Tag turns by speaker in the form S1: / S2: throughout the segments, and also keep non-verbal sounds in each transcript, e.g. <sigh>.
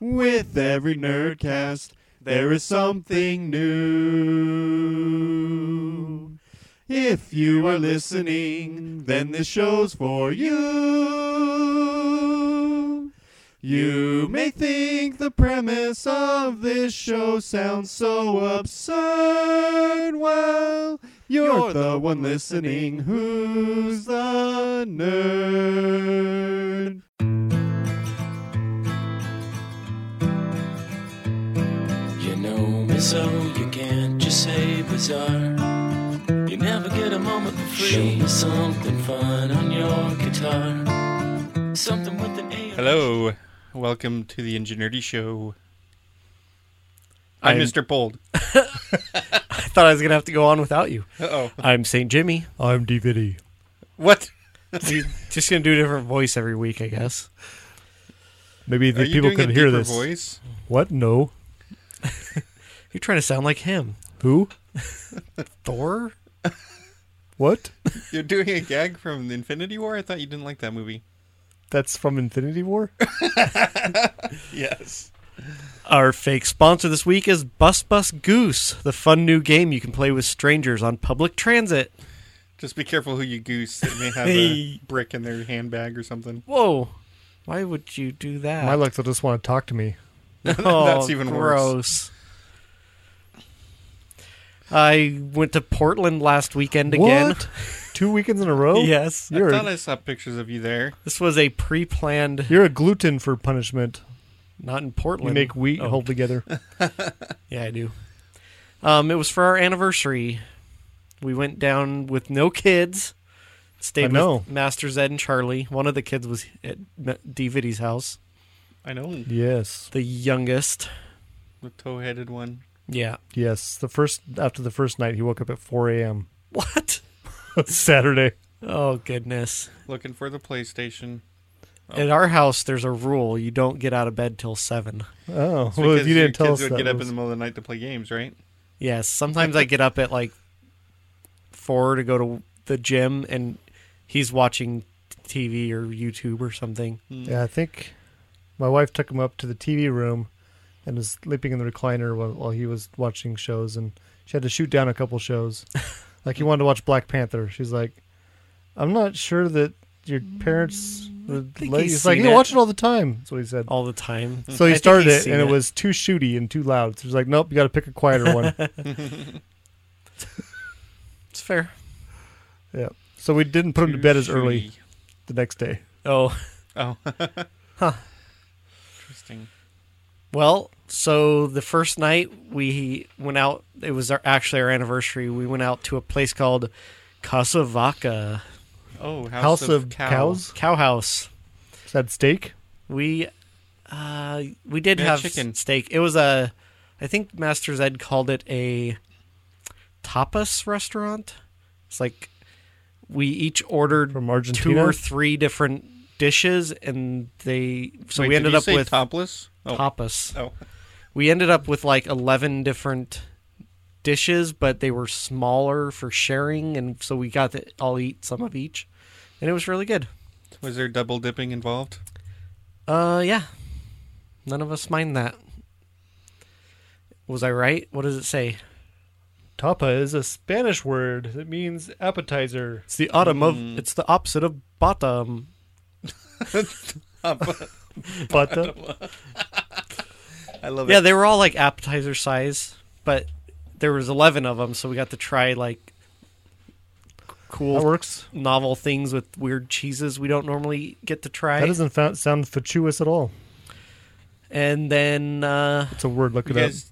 S1: with every nerdcast, there is something new. If you are listening, then this show's for you. You may think the premise of this show sounds so absurd. Well, you're the one listening who's the nerd.
S2: You know me so you can't just say bizarre. You never get a moment for free. Show me something fun on your guitar. Something with an A.
S3: Hello, welcome to the Ingenuity Show. I'm,
S4: I'm-
S3: Mr. Bold.
S4: I thought I was gonna have to go on without you.
S3: Uh oh.
S4: I'm Saint Jimmy.
S1: I'm DVD.
S3: What?
S4: You- just gonna do a different voice every week, I guess.
S1: Maybe
S3: Are
S1: the
S3: you
S1: people
S3: doing
S1: can
S3: a
S1: hear
S3: deeper
S1: this.
S3: voice?
S1: What? No.
S4: <laughs> You're trying to sound like him,
S1: Who?
S4: <laughs> Thor.
S1: What?
S3: You're doing a gag from the Infinity War? I thought you didn't like that movie.
S1: That's from Infinity War?
S3: <laughs> Yes.
S4: Our fake sponsor this week is Bus Bus Goose, the fun new game you can play with strangers on public transit.
S3: Just be careful who you goose. They may have
S4: Hey.
S3: a brick in their handbag or something.
S4: Whoa, why would you do that?
S1: <laughs> My luck, they'll just want to talk to me.
S4: Oh,
S3: That's even worse.
S4: gross. I went to Portland last weekend again. <laughs>
S1: What? Two weekends in a row?
S4: Yes.
S1: <laughs>
S3: I
S1: You're
S3: thought
S1: a,
S3: I saw pictures of you there.
S4: This was a pre-planned,
S1: you're a gluten for punishment.
S4: not in
S1: You
S4: Portland.
S1: make wheat
S4: Oh,
S1: hold
S4: <laughs>
S1: together.
S4: Yeah, I do. Um, it was for our anniversary. We went down with no kids. Stayed
S1: I know.
S4: with Master Zed and Charlie. One of the kids was at M- DVD's house,
S3: I know
S1: Yes.
S4: the youngest.
S3: the toe-headed one.
S4: Yeah. <laughs>
S1: Yes. The first after the first night he woke up at four AM
S4: What?
S1: Saturday.
S4: Oh goodness.
S3: Looking for the PlayStation.
S1: Oh.
S4: At our house, there's a rule: you don't get out of bed till seven.
S1: Oh.
S3: It's
S1: Well
S3: because
S1: you
S3: your
S1: didn't tell us
S3: kids
S1: that.
S3: would get up in
S1: was-
S3: the middle of the night to play games, right?
S4: Yes. Sometimes
S1: <laughs>
S4: I get up at like four to go to the gym, and he's watching TV or YouTube or something.
S1: yeah, I think my wife took him up to the TV room and was sleeping in the recliner while, while he was watching shows and she had to shoot down a couple
S4: <laughs>
S1: shows. like he wanted to watch Black Panther. She's like, I'm not sure that your parents would
S4: Mm, think
S1: let you.
S4: he's
S1: He's like,
S4: seen
S1: you
S4: it.
S1: watch it all the time. That's what he said.
S4: all the time.
S1: So
S4: I
S1: he
S4: think
S1: started
S4: he's
S1: it,
S4: seen
S1: and it. was too shooty and too loud. So he's like, "Nope, you got to pick a quieter
S4: <laughs>
S1: one."
S4: It's fair.
S1: yeah. So we didn't put him to bed as early the next day.
S4: Oh.
S3: Oh. <laughs> Interesting.
S4: Well, so the first night we went out, it was our, actually our anniversary. We went out to a place called Casa Vaca
S3: Oh, House,
S1: House, of, Cows
S4: Cow House.
S1: Is that steak.
S4: We uh, we did
S3: They had
S4: have
S3: chicken.
S4: steak. It was a, I think Master Zed called it a tapas restaurant. It's like we each ordered
S1: From
S4: two
S1: Argentina?
S4: or three different dishes, and they so
S3: Wait,
S4: we
S3: did
S4: ended
S3: you
S4: up
S3: say
S4: with
S3: topless. Oh,
S4: tapas.
S3: oh.
S4: we ended up with like 11 different dishes but they were smaller for sharing and so we got to all eat some of each and it was really good
S3: was there double dipping involved?
S4: uh yeah none of us mind that was i right what does it say
S1: Tapa is a Spanish word that means appetizer.
S4: it's the autumn
S3: Hmm.
S4: of it's the opposite of
S3: <laughs>
S4: bottom
S3: Tapa.
S1: Pata.
S3: I love
S4: yeah,
S3: it.
S4: they were all like appetizer size, but there was eleven of them, so we got to try like cool
S1: That works.
S4: novel things with weird cheeses we don't normally get to try.
S1: That doesn't fa- sound fatuous at all.
S4: and then uh
S1: It's a word. Look
S3: You
S1: it
S3: guys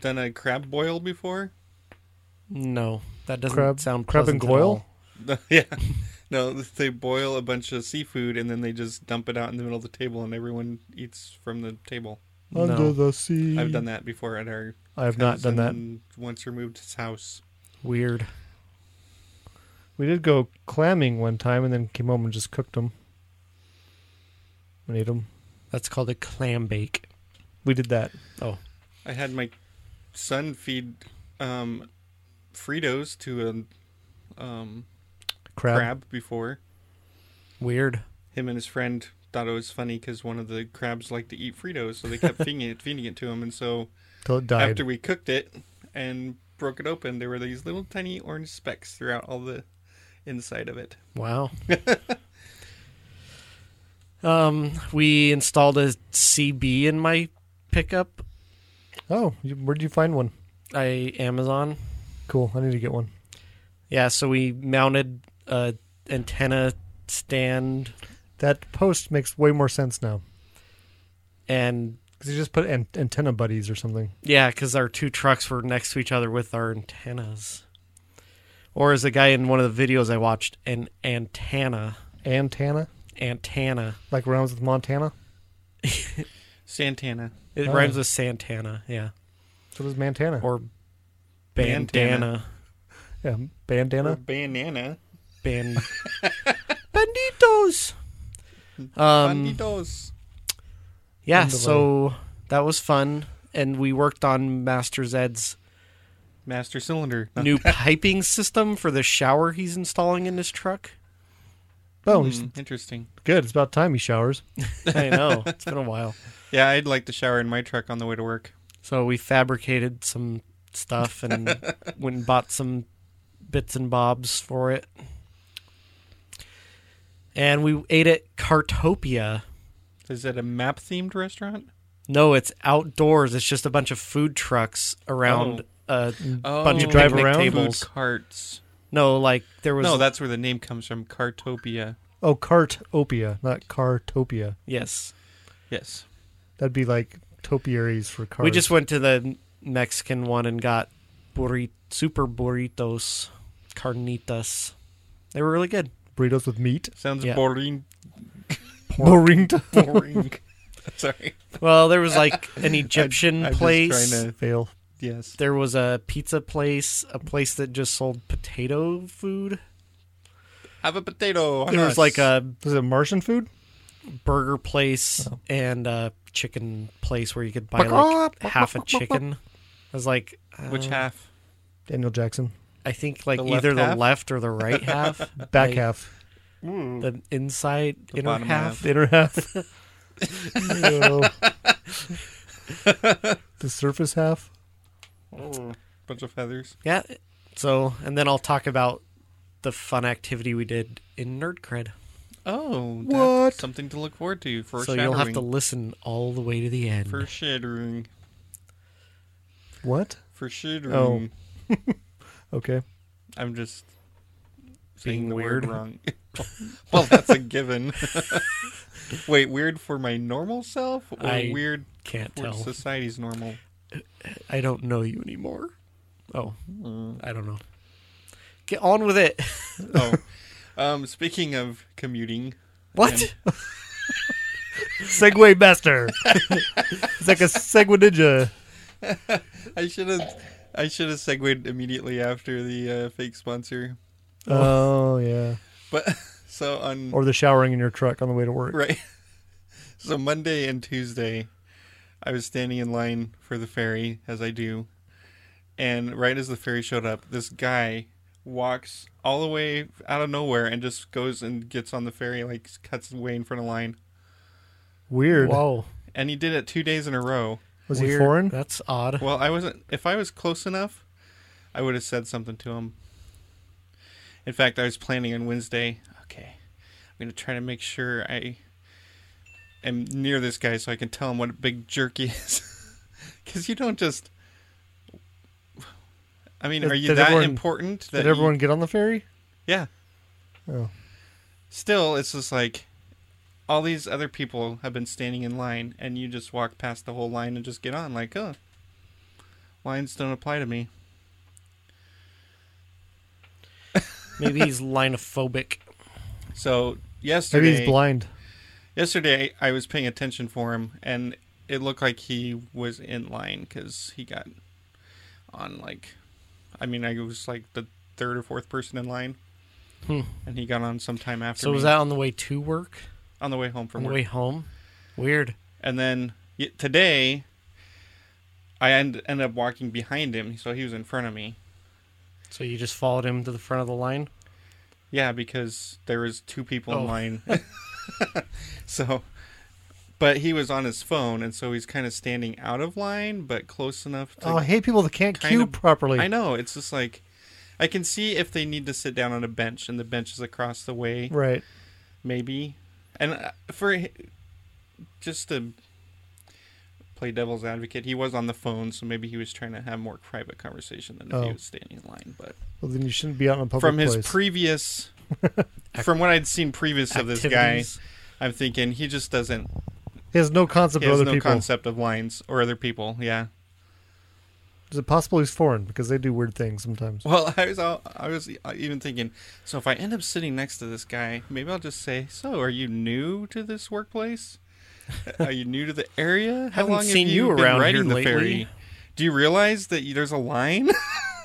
S3: done a crab boil before? <laughs>
S4: no, that doesn't
S1: Crab-
S4: sound
S1: crab and
S4: pleasant at
S1: goyle?
S4: all.
S3: yeah. No, they boil a bunch of seafood and then they just dump it out in the middle of the table and everyone eats from the table.
S1: up. Under
S4: No.
S1: the sea.
S3: I've done that before at our.
S1: I have not done that.
S3: cousin Once removed his house.
S4: Weird.
S1: We did go clamming one time and then came home and just cooked them and ate them.
S4: That's called a clam bake.
S1: We did that.
S4: Oh,
S3: I had my son feed um, Fritos to a um,
S1: Crab.
S3: crab. before.
S4: weird.
S3: Him and his friend thought it was funny because one of the crabs liked to eat Fritos, so
S1: <laughs>
S3: they kept feeding it, feeding it to him. And so
S1: Till it died.
S3: after we cooked it and broke it open, there were these little tiny orange specks throughout all the inside of it.
S4: Wow. <laughs> um, we installed a CB in my pickup.
S1: oh, you, where'd you find one?
S4: I Amazon.
S1: Cool. I need to get one.
S4: Yeah, so we mounted a antenna stand
S1: That post makes way more sense now.
S4: and
S1: Because you just put an- antenna buddies or something.
S4: yeah, cuz our two trucks were next to each other with our antennas. Or as a guy in one of the videos I watched, an antenna,
S1: Antenna?
S4: antenna.
S1: Like rounds with Montana?
S3: Santana.
S4: It
S1: Oh.
S4: rhymes with Santana, yeah.
S1: So does Montana.
S4: Or
S3: Bandana.
S4: bandana.
S1: yeah,
S3: Or
S1: bandana.
S3: banana.
S4: Ban- Banditos.
S1: Mm.
S4: Um,
S3: Banditos.
S4: yeah,
S1: Bandolero.
S4: so that was fun. And we worked on Master Zed's
S3: Master Cylinder. No,
S4: new piping system for the shower he's installing in his truck.
S1: Bones.
S3: Interesting.
S1: Good. It's about time he showers.
S4: I know. It's been a while.
S3: Yeah, I'd like to shower in my truck on the way to work.
S4: So we fabricated some stuff and went and bought some bits and bobs for it. And we ate at Cartopia.
S3: Is it a map themed restaurant?
S4: No, it's outdoors. It's just a bunch of food trucks around
S1: Oh.
S4: a bunch of
S1: drive
S4: picnic
S1: around?
S4: tables.
S3: Food Oh, carts.
S4: No, like there was
S3: No, that's where the name comes from. Cartopia.
S1: Oh, Cartopia, not Cartopia.
S4: yes.
S3: Yes.
S1: That'd be like topiaries for cars.
S4: We just went to the Mexican one and got burri- super burritos, carnitas. They were really good.
S1: burritos with meat.
S3: Sounds
S4: Yeah.
S3: boring.
S1: Boring.
S3: <laughs> Boring. Sorry.
S4: Well, there was like
S1: <laughs>
S4: an Egyptian
S3: I'm just
S4: place.
S3: trying to-
S1: Fail.
S3: Yes.
S4: There was a pizza place, a place that just sold potato food.
S3: Have a potato. on
S4: There was
S3: us.
S4: like a
S1: Is it Martian food?
S4: burger place
S1: Oh.
S4: and a chicken place where you could buy like half a chicken. I was like, uh,
S3: Which half?
S1: Daniel Jackson.
S4: I think like
S3: The left
S4: either the
S3: half?
S4: left or
S1: <laughs>
S4: the right half,
S1: Back
S4: Like,
S1: half.
S4: the inside inner
S3: bottom
S4: half.
S1: The inner half. <laughs> Ew. the surface half.
S3: Bunch of feathers.
S4: Yeah. So, and then I'll talk about the fun activity we did in Nerd Cred.
S3: Oh, that's
S1: What?
S3: Something to look forward to. For
S4: So you'll have to listen all the way to the end.
S3: For shadowing.
S1: What?
S3: For shadowing.
S1: Oh. <laughs> Okay.
S3: I'm just saying
S4: Being
S3: the
S4: weird. <laughs>
S3: word wrong. <laughs> well, that's a given. <laughs> Wait, weird for my normal self or
S4: I
S3: weird
S4: Can't
S3: for
S4: tell.
S3: society's normal?
S4: <laughs> I don't know you anymore. Oh,
S3: Mm.
S4: I don't know. Get on with it.
S3: Oh. Um, speaking of commuting,
S4: What?
S1: Segway
S4: <laughs>
S1: master. it's like a Segway ninja.
S3: I should have I should have segued immediately after the uh, fake sponsor.
S1: Oh yeah.
S3: But <laughs> so on
S1: Or the showering in your truck on the way to work.
S3: right. <laughs> So Monday and Tuesday, I was standing in line for the ferry as I do, and right as the ferry showed up, this guy walks all the way out of nowhere and just goes and gets on the ferry like cuts way in front of line.
S1: Weird.
S4: Whoa.
S3: And he did it two days in a row.
S1: Was he
S4: Weird.
S1: foreign?
S4: That's odd.
S3: Well, I wasn't. If I was close enough, I would have said something to him. In fact, I was planning on Wednesday. Okay, I'm gonna try to make sure I am near this guy so I can tell him what a big jerk he is. <laughs> because you don't just. I mean,
S1: Did-
S3: are you
S1: did
S3: that
S1: everyone-
S3: important that
S1: Did
S3: you-
S1: everyone get on the ferry?
S3: yeah.
S1: Oh.
S3: Still, it's just like all these other people have been standing in line, and you just walk past the whole line and just get on. Like, oh, lines don't apply to me.
S4: Maybe he's linophobic.
S3: So yesterday,
S1: Maybe he's blind.
S3: yesterday I was paying attention for him, and it looked like he was in line because he got on like, I mean, I was like the third or fourth person in line, and he got on sometime after.
S4: Hmm. So
S3: me
S4: was that on the way to work?
S3: on the way home from
S4: On the
S3: work?
S4: way home? Weird.
S3: And then y- today, I end, ended up walking behind him, so he was in front of me.
S4: So you just followed him to the front of the line?
S3: Yeah, because there was two people
S4: Oh.
S3: in line. <laughs> so, but he was on his phone, and so he's kind of standing out of line, but close enough to.
S1: oh, I hate people that can't
S3: kind
S1: queue
S3: of-
S1: properly.
S3: I know. It's just like I can see if they need to sit down on a bench, and the bench is across the way,
S1: Right.
S3: maybe. And uh, for h- just to play devil's advocate, he was on the phone, so maybe he was trying to have more private conversation than if
S1: Oh.
S3: he was standing in line. But
S1: Well, then you shouldn't be out in a public
S3: from his
S1: place. <laughs>
S3: previous, from what I'd seen previous of this guy,
S4: Activities.
S3: I'm thinking he just doesn't.
S1: he has no concept
S3: He
S1: of
S3: has
S1: other
S3: no
S1: people.
S3: concept of lines or other people. Yeah.
S1: Is it possible he's foreign? Because they do weird things sometimes.
S3: Well, <laughs> I was all, I was even thinking. So if I end up sitting next to this guy, maybe I'll just say, "So, are you new to this workplace? Are you new to the
S1: <laughs>
S3: area? How
S4: Haven't
S3: long
S4: seen
S3: have
S4: you
S3: you, been
S4: around
S3: riding
S4: here
S3: the
S4: lately."
S3: ferry? Do you realize that you, there's a line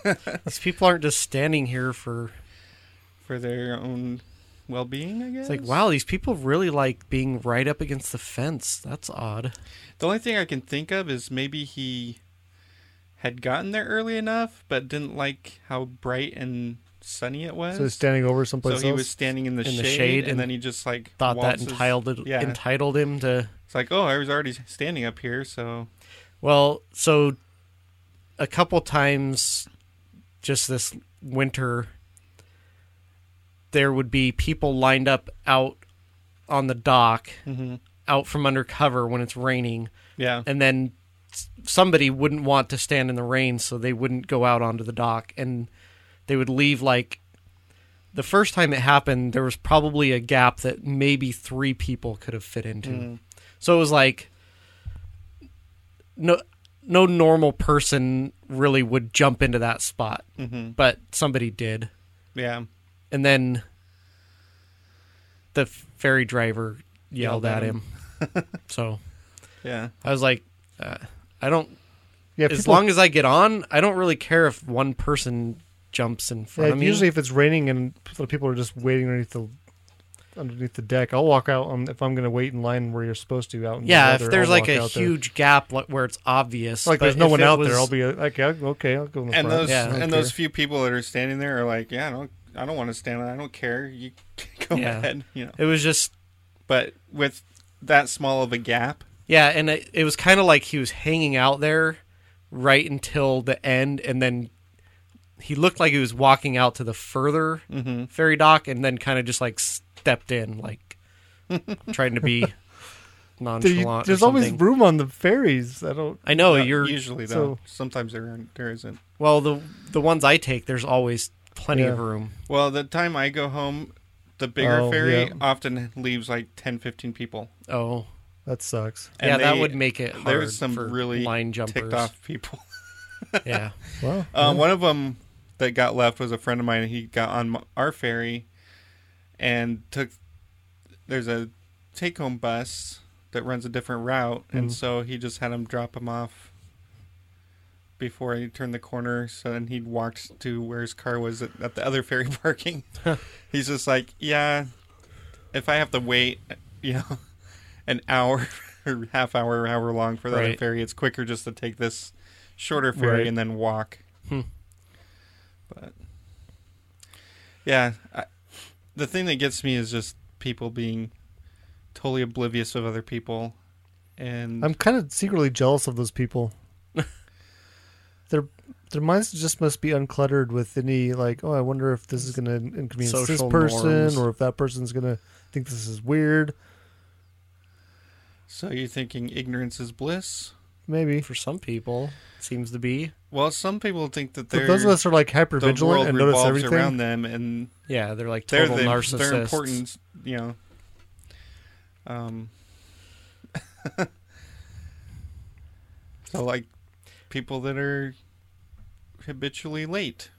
S4: <laughs> These people aren't just standing here for.
S3: <laughs> for their own well-being?" I
S4: It's
S3: guess.
S4: like, wow, these people really like being right up against the fence. That's odd.
S3: The only thing I can think of is maybe he had gotten there early enough, but didn't like how bright and sunny it was.
S1: So he's standing over someplace
S3: So he
S1: else.
S3: was standing in the,
S4: In
S3: shade,
S4: the shade
S3: and,
S4: and
S3: then he just like
S4: Thought
S3: waltzes-
S4: that entitled
S3: Yeah,
S4: entitled him to.
S3: it's like oh, I was already standing up here, so
S4: Well, so a couple times just this winter, there would be people lined up out on the dock, out from under cover when it's raining,
S3: yeah,
S4: and then s- somebody wouldn't want to stand in the rain, so they wouldn't go out onto the dock, and they would leave like. The first time it happened, there was probably a gap that maybe three people could have fit into. So it was like no no normal person really would jump into that spot,
S1: Mm-hmm.
S4: but somebody did.
S3: yeah,
S4: And then the ferry driver yelled,
S3: Yelled
S4: at
S3: at
S4: him.
S1: <laughs>
S4: so
S3: yeah.
S4: I was like, uh, I don't.
S1: yeah,
S4: as
S1: people-
S4: long as I get on, I don't really care if one person jumps in front
S1: yeah,
S4: of me.
S1: usually if it's raining and the people are just waiting underneath the underneath the deck, I'll walk out on, if I'm going to wait in line where you're supposed to out. In the
S4: yeah, if
S1: weather,
S4: there's
S1: I'll
S4: like
S1: walk
S4: a
S1: out there.
S4: huge gap like, where it's obvious,
S1: like there's
S4: but
S1: no
S4: if
S1: one
S4: it
S1: out there.
S4: was-
S1: I'll be like, okay, I'll- okay, I'll go in the
S3: And
S1: front.
S3: those
S4: Yeah, I don't
S3: and those
S1: care.
S3: few people that are standing there are like, yeah, I don't, I don't want to stand. I don't care. You <laughs> go
S4: Yeah.
S3: ahead, you know.
S4: It was just
S3: But with that small of a gap,
S4: Yeah, and it, it was kind of like he was hanging out there right until the end, and then he looked like he was walking out to the further
S1: Mm-hmm.
S4: ferry dock, and then kind of just like stepped
S1: <laughs>
S4: in, like trying to be
S1: There you-
S4: nonchalant.
S1: there's
S4: or
S1: always
S4: something.
S1: room on the ferries. I don't.
S4: I know
S3: uh,
S4: you're
S3: usually though.
S1: so-
S3: sometimes there aren't- there isn't.
S4: well the the ones I take. There's always plenty of
S1: Yeah.
S4: room.
S3: Well, the time I go home, the bigger
S1: Oh,
S3: ferry
S1: yeah.
S3: often leaves like 10, 15 people.
S4: Oh,
S1: That sucks.
S4: yeah, that
S3: they-
S4: would make it hard
S3: There's some
S4: for
S3: really
S4: line jumpers.
S3: ticked off people.
S4: Yeah,
S1: Well,
S3: Um, One of them that got left was a friend of mine. He got on m- our ferry and took. There's a take home bus that runs a different route, and so he just had him drop him off before he turned the corner. So then he walked to where his car was at, at the other <laughs>
S1: <laughs>
S3: ferry parking. He's just like, yeah, if I have to wait, you know, <laughs> an hour <laughs> or half hour, hour long for that
S4: Right.
S3: ferry, it's quicker just to take this shorter ferry
S1: Right. Hmm.
S3: and then walk. But yeah, I, the thing that gets me is just people being totally oblivious of other people, and
S1: I'm kind of secretly jealous of those
S4: <laughs>
S1: people. their their minds just must be uncluttered with any like, oh, I wonder if this is going to inconvenience
S4: Social
S1: this person,
S4: norms.
S1: or if that person's going to think this is weird.
S3: so you're thinking ignorance is bliss.
S1: <laughs> Maybe.
S4: for some people. It seems to be.
S3: Well, some people think that
S1: But
S3: they're
S1: those of us are like hyper
S3: the
S1: vigilant
S3: world
S1: and notice
S3: revolves
S1: everything.
S3: around them, and
S4: Yeah, they're like
S3: they're
S4: total
S3: the,
S4: narcissists.
S3: they're important. You know. Um. <laughs> so like, people that are habitually late.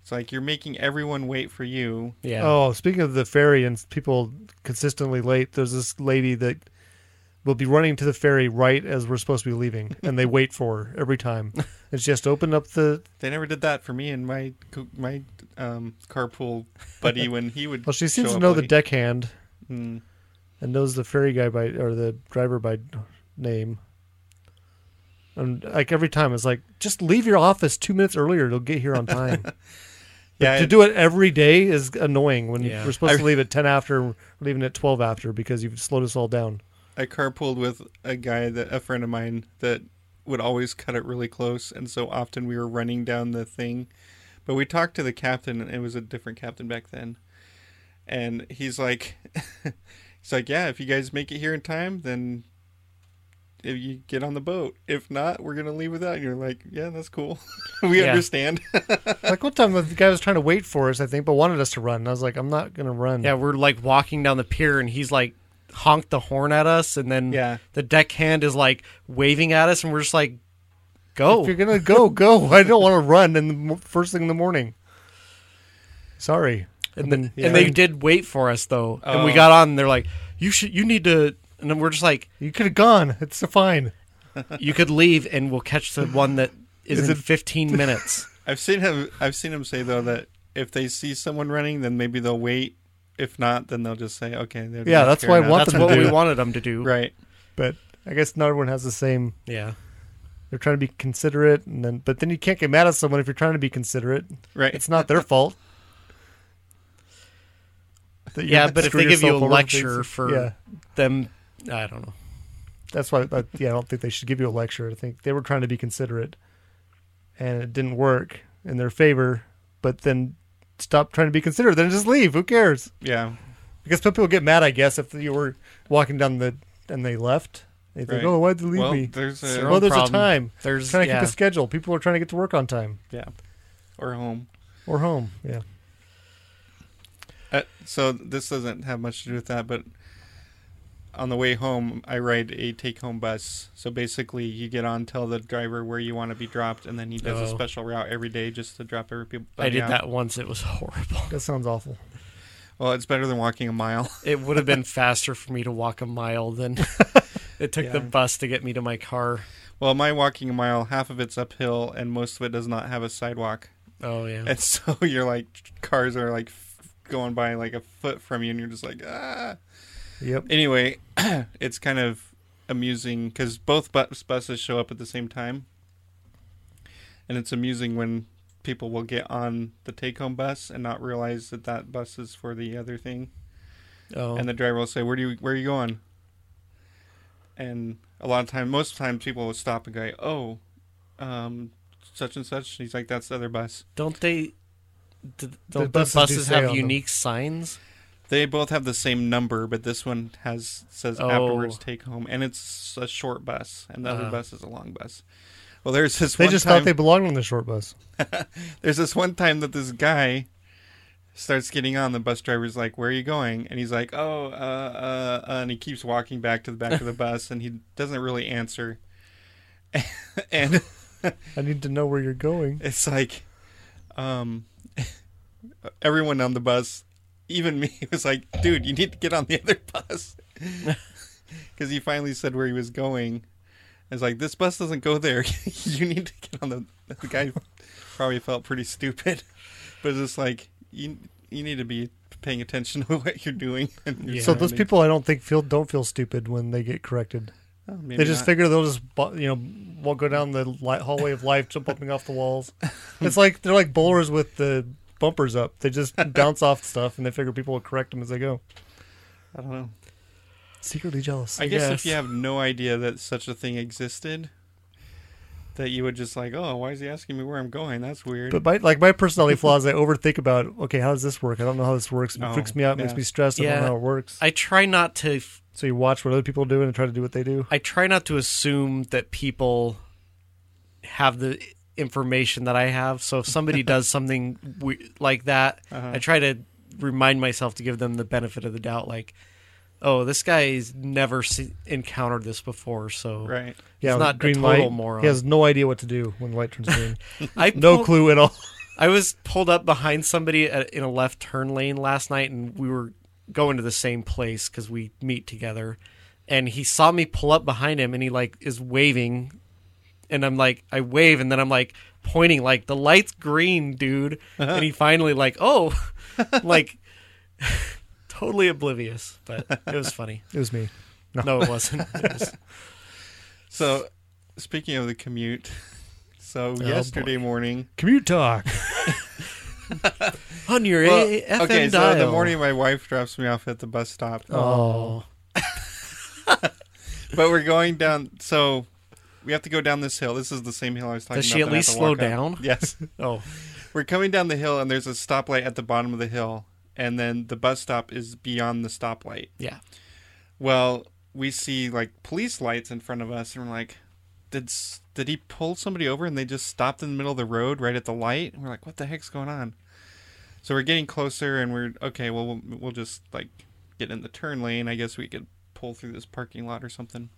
S3: It's like you're making everyone wait for you.
S4: Yeah.
S1: Oh, speaking of the ferry and people consistently late, there's this lady that will be running to the ferry right as we're supposed to be leaving, and they wait for her every
S4: <laughs>
S1: time. And she has to open up the.
S3: They never did that for me and my co- my um, carpool
S1: <laughs>
S3: buddy when he would.
S1: Well, she seems
S3: show
S1: to
S3: up
S1: know the
S3: late.
S1: deckhand
S3: Mm.
S1: and knows the ferry guy by or the driver by name. And like every time, it's like just leave your office two minutes earlier; it'll get here on
S3: <laughs>
S1: time. But
S3: Yeah,
S1: to
S3: it-
S1: do it every day is annoying when
S4: Yeah.
S1: we're supposed
S3: I-
S1: to leave at ten after, and we're leaving at twelve after because you've slowed us all down.
S3: I carpooled with a guy that a friend of mine that would always cut it really close, and so often we were running down the thing. But we talked to the captain, and it was a different captain back then, and he's like, <laughs> he's like, yeah, if you guys make it here in time, then if you get on the boat. If not, we're gonna leave without. you." And you're like, yeah, that's cool. <laughs> we
S4: Yeah.
S3: understand. <laughs>
S1: Like one time, the guy was trying to wait for us, I think, but wanted us to run. And I was like, I'm not gonna run.
S4: Yeah, we're like walking down the pier and he's like honked the horn at us and then
S3: Yeah.
S4: the deckhand is like waving at us and we're just like
S1: if
S4: go.
S1: you're gonna go, go. <laughs> I don't want to run in the mo- first thing in the morning. Sorry.
S4: And then
S1: Yeah. Oh.
S4: and they did wait for us though. And we got on and they're like you should you need to and then we're just like
S1: You could have gone. It's fine.
S4: you could leave and we'll catch the one
S1: <laughs>
S4: that is, in 15 minutes.
S3: I've seen him. I've seen him say though that if they see someone running, then maybe they'll wait. If not, then they'll just say, okay. they're
S1: Yeah,
S3: not
S1: that's
S3: here
S1: why I
S3: now.
S1: want
S4: That's
S1: them to
S4: what
S1: do.
S4: we wanted them to do.
S3: Right.
S1: But I guess not everyone has the same.
S4: Yeah.
S1: They're trying to be considerate, and then but then you can't get mad at someone if you're trying to be considerate.
S3: Right.
S1: It's not their fault. That you
S4: Yeah, but if
S1: screw
S4: they give you a
S1: yourself over things.
S4: lecture for
S1: yeah,
S4: them I don't know.
S1: that's why. But yeah, I don't think they should give you a lecture. I think they were trying to be considerate, and it didn't work in their favor. But then stop trying to be considerate. Then just leave. Who cares?
S3: Yeah.
S1: Because some people get mad, I guess, if you were walking down the and they left. They think,
S3: Right.
S1: "Oh, why'd they leave
S3: well,
S1: me?"
S3: There's
S4: It's
S3: a,
S4: their
S1: Oh,
S4: own
S1: there's
S4: problem.
S1: a time.
S4: There's
S1: trying to
S4: yeah.
S1: keep a schedule. People are trying to get to work on time
S3: yeah, or home.
S1: or home. Yeah.
S3: Uh, so this doesn't have much to do with that, but on the way home, I ride a take-home bus. So basically, you get on, tell the driver where you want to be dropped, and then he does a
S4: Oh.
S3: special route every uh, day just to drop everybody.
S4: I did
S3: out.
S4: that once. It was horrible.
S1: That sounds awful.
S3: Well, it's better than walking a mile.
S1: <laughs>
S4: It would have been faster for me to walk a mile than <laughs> it took the bus to get me to my car.
S3: well, my walking a mile, half of it's uphill, and most of it does not have a sidewalk.
S4: Oh yeah.
S3: And <laughs> so you're like, cars are like f- going by like a foot from you, and you're just like, ah.
S1: Yep.
S3: Anyway, <clears throat> it's kind of amusing because both bus buses show up at the same time, and it's amusing when people will get on the take-home bus and not realize that that bus is for the other thing,
S4: Oh.
S3: and the driver will say, "Where do you where are you going?" And a lot of time, most times, people will stop and go, "Oh, um, such and such." And he's like, "That's the other bus."
S4: don't they? d- Don't the
S1: buses
S4: buses,
S1: do say on
S4: have
S1: them.
S4: unique signs?
S3: They both have the same number, but this one has says
S4: Oh.
S3: afterwards take home, and it's a short bus, and the other
S4: Ah.
S3: bus is a long bus. Well, there's this
S1: They
S3: one
S1: just
S3: time.
S1: thought they belonged on the short bus.
S3: There's this one time that this guy starts getting on. The bus driver's like, "Where are you going?" And he's like, "Oh," uh, uh, uh," and he keeps walking back to the back of the bus, and he doesn't really answer. and
S1: I need to know where you're going.
S3: it's like um <laughs> everyone on the bus even me <laughs> was like dude you need to get on the other <laughs> bus because he finally said where he was going it's like this bus doesn't go there <laughs> you need to get on the the guy <laughs> probably felt pretty stupid <laughs> but it's just like you you need to be paying attention <laughs> to what you're doing and your
S1: So those
S3: surroundings.
S1: people, I don't think feel don't feel stupid when they get corrected.
S3: Oh,
S1: they
S3: maybe
S1: just
S3: not.
S1: figure they'll just bu- you know will go down the li- hallway of life, jump bumping off the walls.
S4: <laughs>
S1: It's like they're like bowlers with the bumpers up. They
S4: <laughs>
S1: just bounce off stuff, and they figure people will correct them as they go.
S3: i don't know
S1: Secretly jealous.
S3: I guess if
S4: guess.
S3: you have no idea that such a thing existed, that you would just like, oh, why is he asking me where I'm going? That's weird.
S1: But my, like my
S4: <laughs>
S1: personality flaws, I overthink about okay, how does this work? I don't know how this works. It
S3: Oh,
S1: freaks me out,
S3: yeah.
S1: makes me stressed. I don't
S4: Yeah.
S1: know how it works.
S4: I try not to f-
S1: So you watch what other people do and try to do what they do.
S4: I try not to assume that people have the information that I have. So
S1: <laughs>
S4: if somebody does something we- like that,
S1: Uh-huh.
S4: I try to remind myself to give them the benefit of the doubt. Like, oh, this guy's never se- encountered this before, so
S3: Right.
S4: he's not a total moron.
S1: He has no idea what to do when the light turns green.
S4: <laughs> I
S1: no
S4: pull-
S1: clue at all.
S4: I was pulled up behind somebody at, in a left turn lane last night, and we were going to the same place because we meet together. And he saw me pull up behind him, and he like is waving, and I'm like, I wave, and then I'm like pointing, like the light's green, dude. And he finally like, oh, <laughs> like <laughs> totally oblivious, but it was funny.
S1: It was me.
S4: No, it wasn't. It was-
S3: So, speaking of the commute, <laughs> so yesterday morning.
S1: Commute talk.
S4: on your
S3: Well,
S4: A- FM
S3: okay, so in the
S4: dial.
S3: morning, my wife drops me off at the bus stop.
S1: Oh,
S3: But we're going down. So, we have to go down this hill. This is the same hill I was talking
S4: Does
S3: about.
S4: she at
S3: that I have
S4: least
S3: to walk
S4: slow
S3: up.
S4: down?
S3: <laughs> Yes.
S4: Oh,
S3: We're coming down the hill, and there's a stoplight at the bottom of the hill, and then the bus stop is beyond the stoplight.
S4: yeah.
S3: Well, we see like police lights in front of us, and we're like, "Did s- did he pull somebody over and they just stopped in the middle of the road right at the light?" And we're like, "What the heck's going on?" So we're getting closer, and we're okay. Well, we'll, we'll just like get in the turn lane. I guess we could pull through this parking lot or something.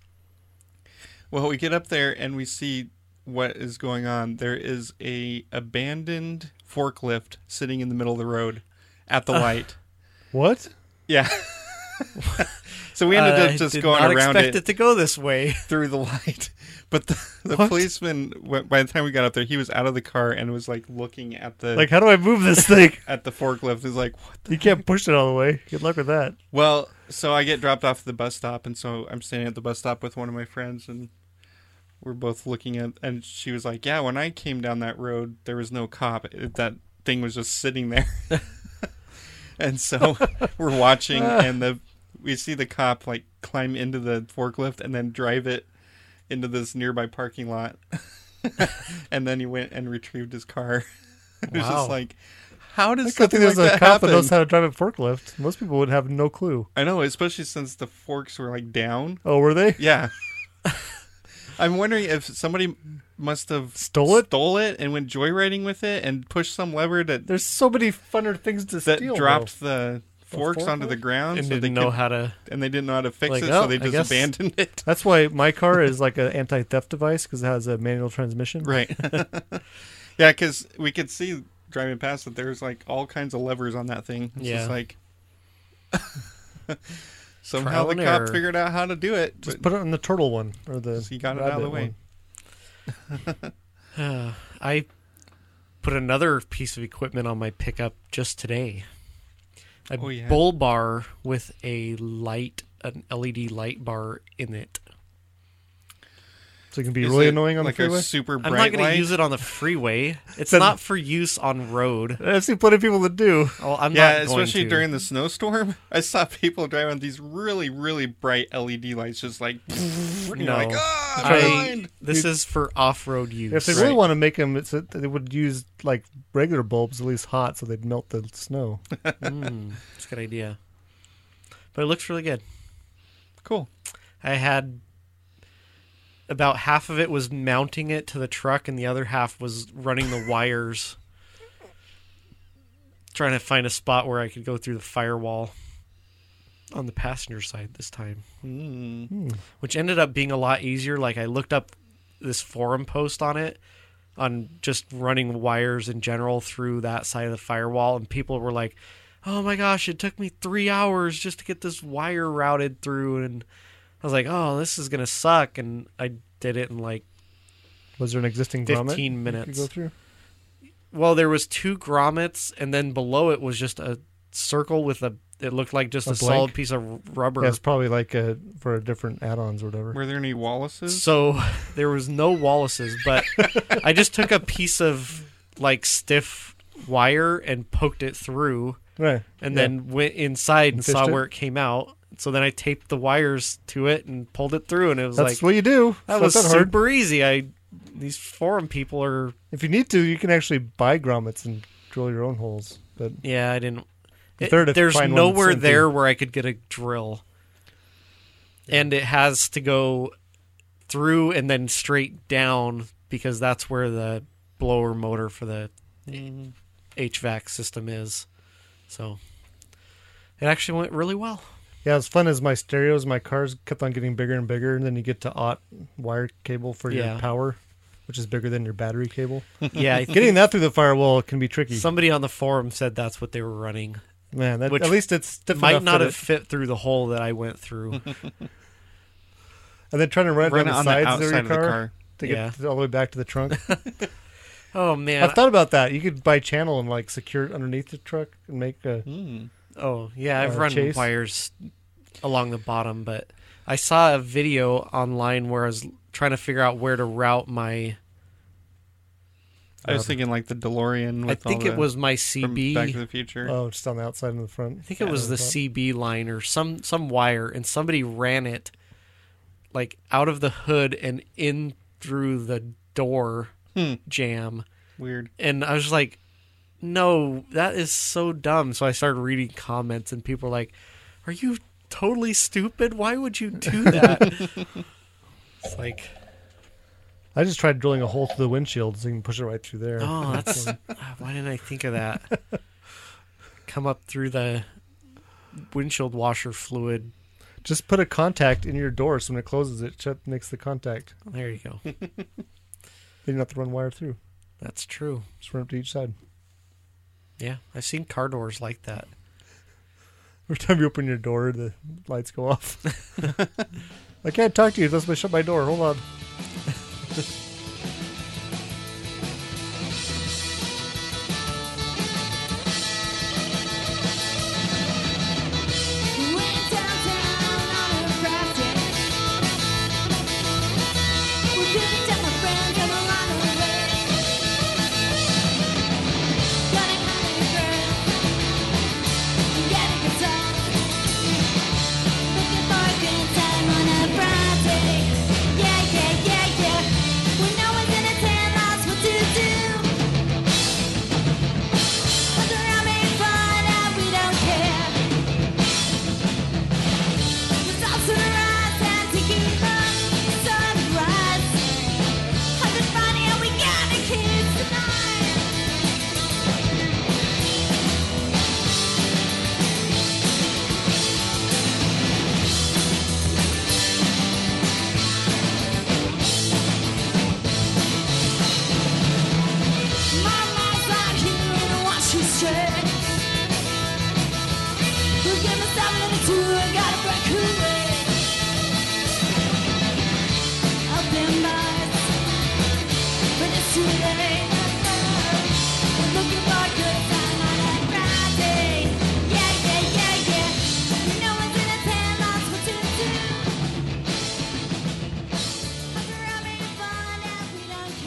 S3: Well, we get up there and we see what is going on. There is a abandoned forklift sitting in the middle of the road at the light.
S1: what?
S3: Yeah. <laughs> so we ended
S4: I
S3: up just
S4: Uh, did
S3: going
S4: not
S3: around
S4: expect
S3: it,
S4: it. to go this way.
S3: through the light. But the, the policeman, went, by the time we got up there, he was out of the car and was like looking at the
S1: Like, how do I move this thing?
S3: <laughs> at the forklift. He's like, "What the?"
S1: You can't push it all the way. Good luck with that.
S3: Well, so I get dropped off at the bus stop, and so I'm standing at the bus stop with one of my friends, and we're both looking at. And she was like, "Yeah, when I came down that road, there was no cop. It, that thing was just
S1: <laughs>
S3: sitting there." and so
S1: <laughs>
S3: we're watching, and the we see the cop like climb into the forklift and then drive it into this nearby
S1: <laughs>
S3: parking lot, and then he went and retrieved his car. <laughs> it was
S4: Wow.
S3: just like. How does
S1: I
S3: <laughs> something
S1: think
S3: like
S1: there's
S3: that
S1: a cop
S3: happen?
S1: that knows how to drive a forklift. Most people would have no clue.
S3: I know, especially since the forks were like down.
S1: Oh, were they?
S3: Yeah. <laughs> I'm wondering if somebody must have
S1: Stole it?
S3: stole it, and went joyriding with it, and pushed some lever that
S1: There's so many funner things to
S3: that
S1: steal.
S3: dropped the forks
S1: fork
S3: onto the
S1: knife?
S3: ground,
S4: And
S3: so they
S4: didn't know
S3: could-
S4: how to.
S3: and they didn't know how to fix
S4: Like,
S3: it,
S4: oh,
S3: so they
S4: I
S3: just
S4: guess-
S3: abandoned it.
S1: That's why my car is like an anti-theft device because it has a manual transmission.
S3: Right. yeah, because we could see driving past that there's like all kinds of levers on that thing. It's
S4: Yeah.
S3: just like <laughs> somehow
S4: Trial
S3: the
S4: and
S3: cop
S4: error.
S3: figured out how to do it.
S1: Just
S3: but
S1: put it on the turtle one or the.
S3: he got it out of the
S1: rabbit
S3: way.
S1: one.
S4: I put another piece of equipment on my pickup just today. A
S3: Oh, yeah.
S4: bull bar with a light, an LED light bar in it.
S1: So it can be
S3: Is
S1: really
S3: it
S1: annoying on
S3: like
S1: the freeway.
S3: a super
S4: I'm not
S3: bright
S4: going
S3: light.
S4: to use it on the
S3: <laughs>
S4: freeway. It's
S1: Then-
S4: not for use on road.
S1: I've seen plenty of people that do.
S4: Oh, I'm
S3: Yeah,
S4: not going
S3: especially
S4: to.
S3: during the snowstorm. <laughs> I saw people driving these really, really bright LED lights, just like, <laughs> and you're
S4: No.
S3: like, ah, I'm
S4: I,
S3: blind."
S4: this is for off-road use.
S1: If they really want to make them, it's a, they would use like regular bulbs at least hot, so they'd melt the snow.
S4: It's a good idea. But it looks really good.
S3: Cool.
S4: I had about half of it was mounting it to the truck, and the other half was running the wires, trying to find a spot where I could go through the firewall on the passenger side this time, which ended up being a lot easier. Like I looked up this forum post on it on just running wires in general through that side of the firewall and people were like oh my gosh it took me three hours just to get this wire routed through and i was like oh this is gonna suck and i did it in like
S1: Was there an existing grommet
S4: 15
S1: you could
S4: minutes
S1: go through?
S4: well there was two grommets and then below it was just a circle with a it looked like just
S1: A
S4: a,
S1: blank?
S4: solid piece of rubber
S1: Yeah, it's probably like uh for different add-ons or whatever.
S3: Were there any Wallaces?
S4: So there was no Wallaces,
S1: <laughs>
S4: but I just took a piece of like stiff wire and poked it through
S1: Right.
S4: and
S1: yeah.
S4: then went inside and,
S1: And
S4: saw
S1: fished it?
S4: where it came out. So then I taped the wires to it and pulled it through and it was
S1: that's
S4: like
S1: what you do. It's
S4: that
S1: not
S4: was
S1: that hard.
S4: super easy. I these forum people are
S1: If you need to, you can actually buy grommets and drill your own holes. But
S4: yeah, I didn't
S1: It's better to
S4: there's
S1: find one that's
S4: nowhere
S1: empty.
S4: there where I could get a drill. and it has to go through and then straight down because that's where the blower motor for the HVAC system is. So it actually went
S1: <laughs>
S4: really well.
S1: Yeah, as fun as my stereos, my cars kept on getting bigger and bigger, and then you get to aught wire cable for
S4: Yeah.
S1: your power, which is bigger than your battery cable. <laughs>
S4: Yeah, I
S1: Getting that through the firewall can be tricky.
S4: <laughs> somebody on the forum said that's what they were running.
S1: Man, that,
S4: which
S1: at least it's stiff
S4: Might
S1: enough
S4: not
S1: that
S4: have
S1: it-
S4: fit through the hole that I
S1: <laughs>
S4: went through.
S1: and then trying to run,
S3: Run
S1: down
S3: it
S1: the
S3: on the
S1: sides
S3: outside
S1: of
S3: of the
S1: your car,
S3: car.
S1: to
S4: Yeah.
S1: get all the way back to the
S4: <laughs>
S1: trunk.
S4: oh man.
S1: I've thought about that. You could buy channel and like secure it underneath the truck and make a.
S4: Oh yeah, I've
S1: uh,
S4: run
S1: chase.
S4: wires along the bottom, but I saw a video online where I was trying to figure out where to route my.
S3: I
S1: Um,
S3: was thinking like the DeLorean.
S4: I
S3: With
S4: think
S3: all
S4: it
S3: the-
S4: was my
S3: from
S4: CB.
S3: Back to the Future.
S1: Oh, just on the outside and the front.
S4: I think it was the CB line or some some wire, and somebody ran it like out of the hood and in through the door jam,
S3: Weird.
S4: and I was like, "No, that is so dumb." So I started reading comments, and people were like, "Are you totally stupid? Why would you <laughs> do that?" it's like,
S1: I just tried drilling a hole through the windshield so you can push it right through there.
S3: <gasps>
S4: oh, that's <laughs> why didn't I think of that? Come up through the windshield washer fluid.
S1: Just put a contact in your door so when it closes, it shut, makes the contact.
S4: There you go.
S1: Then you don't have to run wire through.
S4: That's true.
S1: Just run up to each side.
S4: Yeah, I've seen car doors like that.
S1: Every time you open your door, the lights go off.
S3: <laughs>
S1: I can't talk to you. That's why I shut my door. Hold on.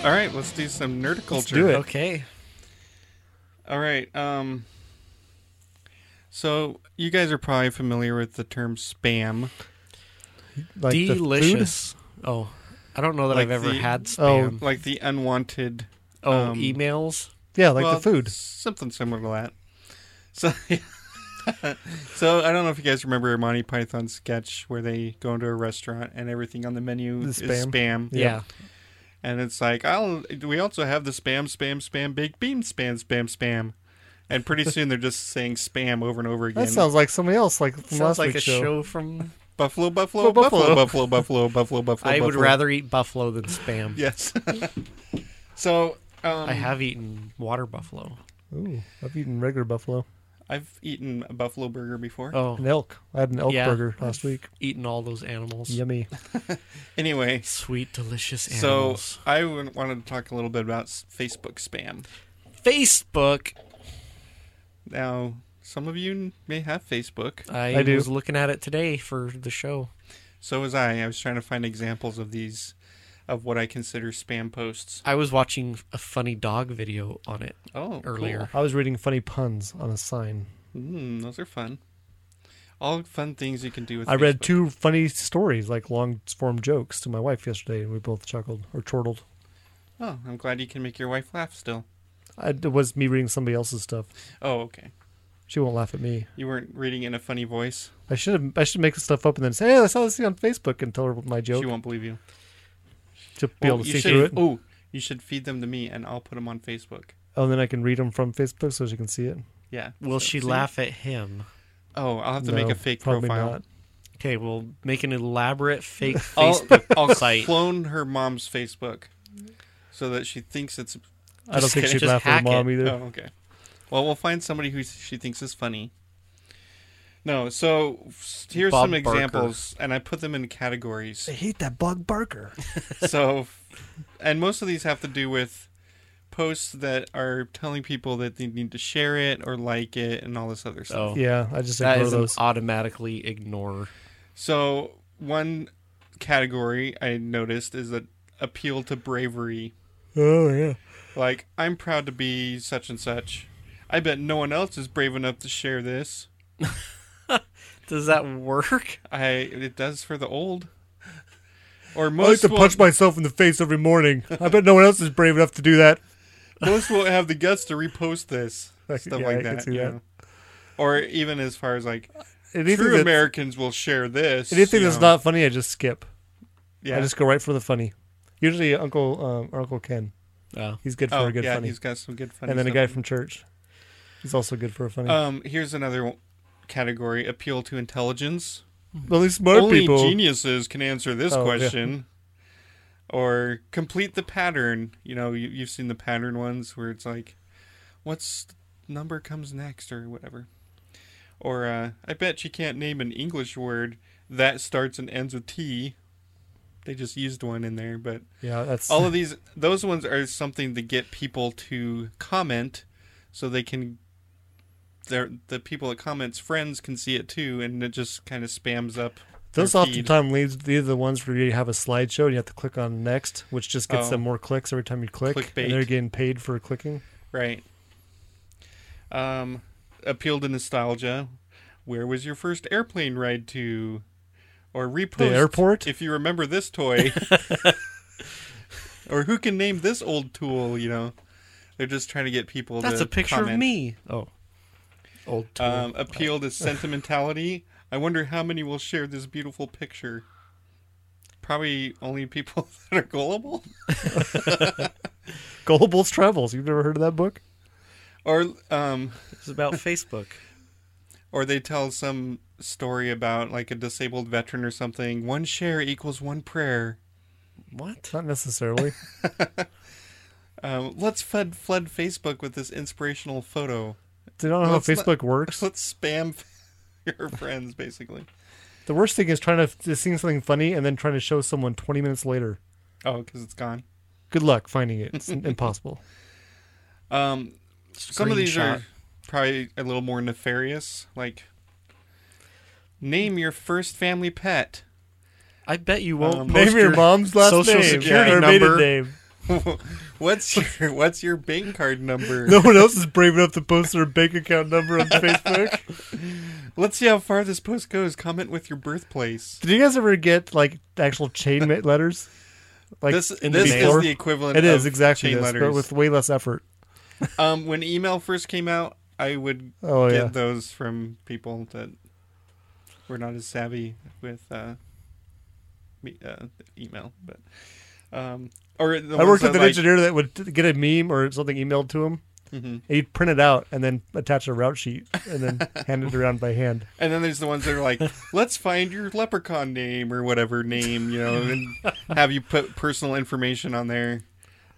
S3: All right, let's do some nerd culture.
S1: do it.
S4: Okay.
S3: All right. Um. So you guys are probably familiar with the term spam.
S1: Like the food?
S4: Delicious. Oh, I don't know that
S3: Like
S4: I've ever
S3: the-
S4: had
S1: Oh,
S4: spam.
S3: like the unwanted
S4: Oh,
S3: um,
S4: emails.
S1: Yeah, like
S3: well,
S1: the food.
S3: something similar to that. So, <laughs> so I don't know if you guys remember Monty Python's sketch where they go into a restaurant and everything on the menu
S1: The
S3: is
S1: spam.
S3: spam.
S4: Yeah.
S3: and it's like I'll. We also have the spam, spam, spam, big beam, spam, spam, spam,
S1: <laughs>
S3: and pretty soon they're just saying spam over and over again.
S1: That sounds like somebody else, like from
S4: Sounds
S1: last
S4: like a
S1: week's
S4: show,
S1: show.
S3: <laughs>
S4: from.
S3: buffalo, buffalo,
S1: Bu-
S3: buffalo,
S1: buffalo.
S3: buffalo, buffalo, buffalo, buffalo.
S4: I would
S3: buffalo.
S4: rather eat buffalo than spam.
S3: Yes. so um,
S4: I have eaten water buffalo.
S1: Ooh, I've eaten regular buffalo.
S3: I've eaten a buffalo burger before.
S4: Oh,
S1: An elk. I had an elk
S4: Yeah.
S1: burger last week.
S4: eaten all those animals.
S1: Yummy.
S3: Anyway,
S4: Sweet, delicious
S3: so
S4: animals.
S3: I w- wanted to talk a little bit about s- Facebook spam.
S4: Facebook.
S3: Now, some of you n- may have Facebook.
S4: I,
S1: I do.
S4: was looking at it today for the show.
S3: So was I. I was trying to find examples of these, of what I consider spam posts.
S4: I was watching a funny dog video on it
S3: Oh,
S4: earlier.
S1: I was reading funny puns on a sign.
S3: cool. Mm, those are fun. All fun things you can do with.
S1: I read
S3: Facebook.
S1: two funny stories, like long form jokes, to my wife yesterday, and we both chuckled or chortled.
S3: Oh, I'm glad you can make your wife laugh still.
S1: I, it was me reading somebody else's stuff.
S3: Oh, okay.
S1: She won't laugh at me.
S3: You weren't reading in a funny voice.
S1: I should have, I should make this stuff up and then say, "Hey, I saw this thing on Facebook," and tell her my joke.
S3: She won't believe you.
S1: She'll be
S3: Oh,
S1: able to
S3: you
S1: see
S3: should-
S1: through it. Oh.
S3: Oh, you should feed them to me, and I'll put them on Facebook.
S1: and then I can read them from Facebook so she can see it.
S3: Yeah.
S4: Will
S3: So-
S4: she
S3: see?
S4: laugh at him?
S3: Oh, I'll have to
S1: No,
S3: make a fake
S1: probably
S3: profile.
S1: not.
S4: Okay, we'll make an elaborate fake
S3: I'll-
S4: Facebook
S3: I'll,
S4: site.
S3: clone her mom's Facebook so that she thinks it's.
S1: I don't
S4: Just
S1: think
S4: kidding.
S1: she'd
S4: Just
S1: laugh at her
S4: hack
S1: mom
S4: it.
S3: Oh,
S1: either.
S3: okay. Well, we'll find somebody who she thinks is funny. No, so f- here's
S4: Bob
S3: some
S4: Barker.
S3: examples, and I put them in categories.
S1: I hate that bug Barker.
S3: <laughs> so, and most of these have to do with posts that are telling people that they need to share it or like it and all this other stuff.
S4: Oh,
S1: Yeah, I just
S4: that
S1: ignore
S4: is an
S1: those.
S4: automatically ignore.
S3: So one category I noticed is that appeal to bravery.
S1: Oh yeah.
S3: Like I'm proud to be such and such. I bet no one else is brave enough to share this.
S4: Does that work?
S3: I it does for the old.
S1: I
S3: Or
S1: like
S3: most
S1: to
S3: will,
S1: punch myself in the face every morning. I bet no one else is brave enough to do that.
S3: most won't have the guts to repost this
S1: Like,
S3: <laughs> stuff
S1: yeah, I
S3: like
S1: can
S3: that.
S1: see
S3: you
S1: that.
S3: know. Or even as far as like
S1: Anything
S3: true
S1: that's-
S3: Americans will share this.
S1: Anything
S3: you
S1: that's
S3: know.
S1: not funny, I just skip.
S3: yeah.
S1: I just go right for the funny. Usually, Uncle um, or Uncle Ken,
S4: Oh.
S1: he's good for
S3: oh
S1: a good
S3: yeah,
S1: funny.
S3: he's got some good funny.
S1: And then a
S3: stuff.
S1: guy from church, he's also good for a funny.
S3: um here's another one- category appeal to intelligence.
S1: well, these smart
S3: Only
S1: people.
S3: geniuses can answer this
S1: Oh, yeah.
S3: question. Or complete the pattern. You know, you, you've seen the pattern ones where it's like, what's number comes next or whatever. Or uh, I bet you can't name an English word that starts and ends with T. They just used one in there, but
S1: Yeah, that's
S3: all of these,
S1: <laughs>
S3: those ones are something to get people to comment, so they can. They're, the people that comments friends can see it too, and it just kind of spams up. their
S1: those
S3: feed.
S1: oftentimes leads. These are the ones where you have a slideshow and you have to click on next, which just gets
S3: Oh.
S1: them more clicks every time you click.
S3: Clickbait.
S1: And they're getting paid for clicking.
S3: Right. Um, appeal to nostalgia. Where was your first airplane ride to? Or repost
S1: airport?
S3: if you remember
S4: <laughs>
S3: this toy. or who can name this old tool? You know, they're just trying to get
S4: <laughs>
S3: people.
S4: That's
S3: to
S4: a picture of
S3: comment.
S4: me. Oh, old tool.
S3: Um, appeal to sentimentality. I wonder how many will share this beautiful picture. Probably only people <laughs> that are gullible.
S1: Gullible's Travels. You've never heard of that book?
S3: Or um,
S4: it's about Facebook.
S3: or they tell some story about like a disabled veteran or something. One share equals one prayer.
S4: What?
S1: Not necessarily.
S3: Um, let's flood flood Facebook with this inspirational photo.
S1: Do you know how
S3: <laughs> Well, it's not-
S1: Facebook works?
S3: Let's spam <laughs> your friends basically.
S1: The worst thing is trying to, to sing something funny and then trying to show someone 20 minutes later.
S3: Oh, because it's gone.
S1: Good luck finding it. It's <laughs> impossible.
S3: Um, some of these
S4: Screenshot.
S3: are probably a little more nefarious. Like, name your first family pet.
S4: I bet you won't.
S3: Um,
S4: post
S1: name your mom's last
S4: social
S1: name
S4: security
S1: or maiden <laughs>
S4: number.
S1: name.
S3: What's your What's your bank card
S1: <laughs>
S3: number?
S1: No one else is brave enough to post their bank account number on Facebook.
S3: <laughs> Let's see how far this post goes. Comment with your birthplace.
S1: Did you guys ever get like actual chain ma- letters? Like
S3: this
S1: in
S3: this
S1: mail?
S3: is the equivalent.
S1: It is
S3: of
S1: exactly
S3: chain
S1: this,
S3: letters.
S1: but with way less effort.
S3: um, when email first came out, I would
S1: Oh,
S3: get
S1: yeah.
S3: those from people that were not as savvy with uh, me, uh, email, but um, or the
S1: I
S3: ones
S1: worked
S3: that,
S1: with an
S3: like,
S1: engineer that would t- get a meme or something emailed to him. And he'd print it out and then attach a route sheet and then hand it around by hand.
S3: And then there's the ones that
S1: <laughs>
S3: are like, let's find your leprechaun name or whatever name, you know, and have you put personal information on there.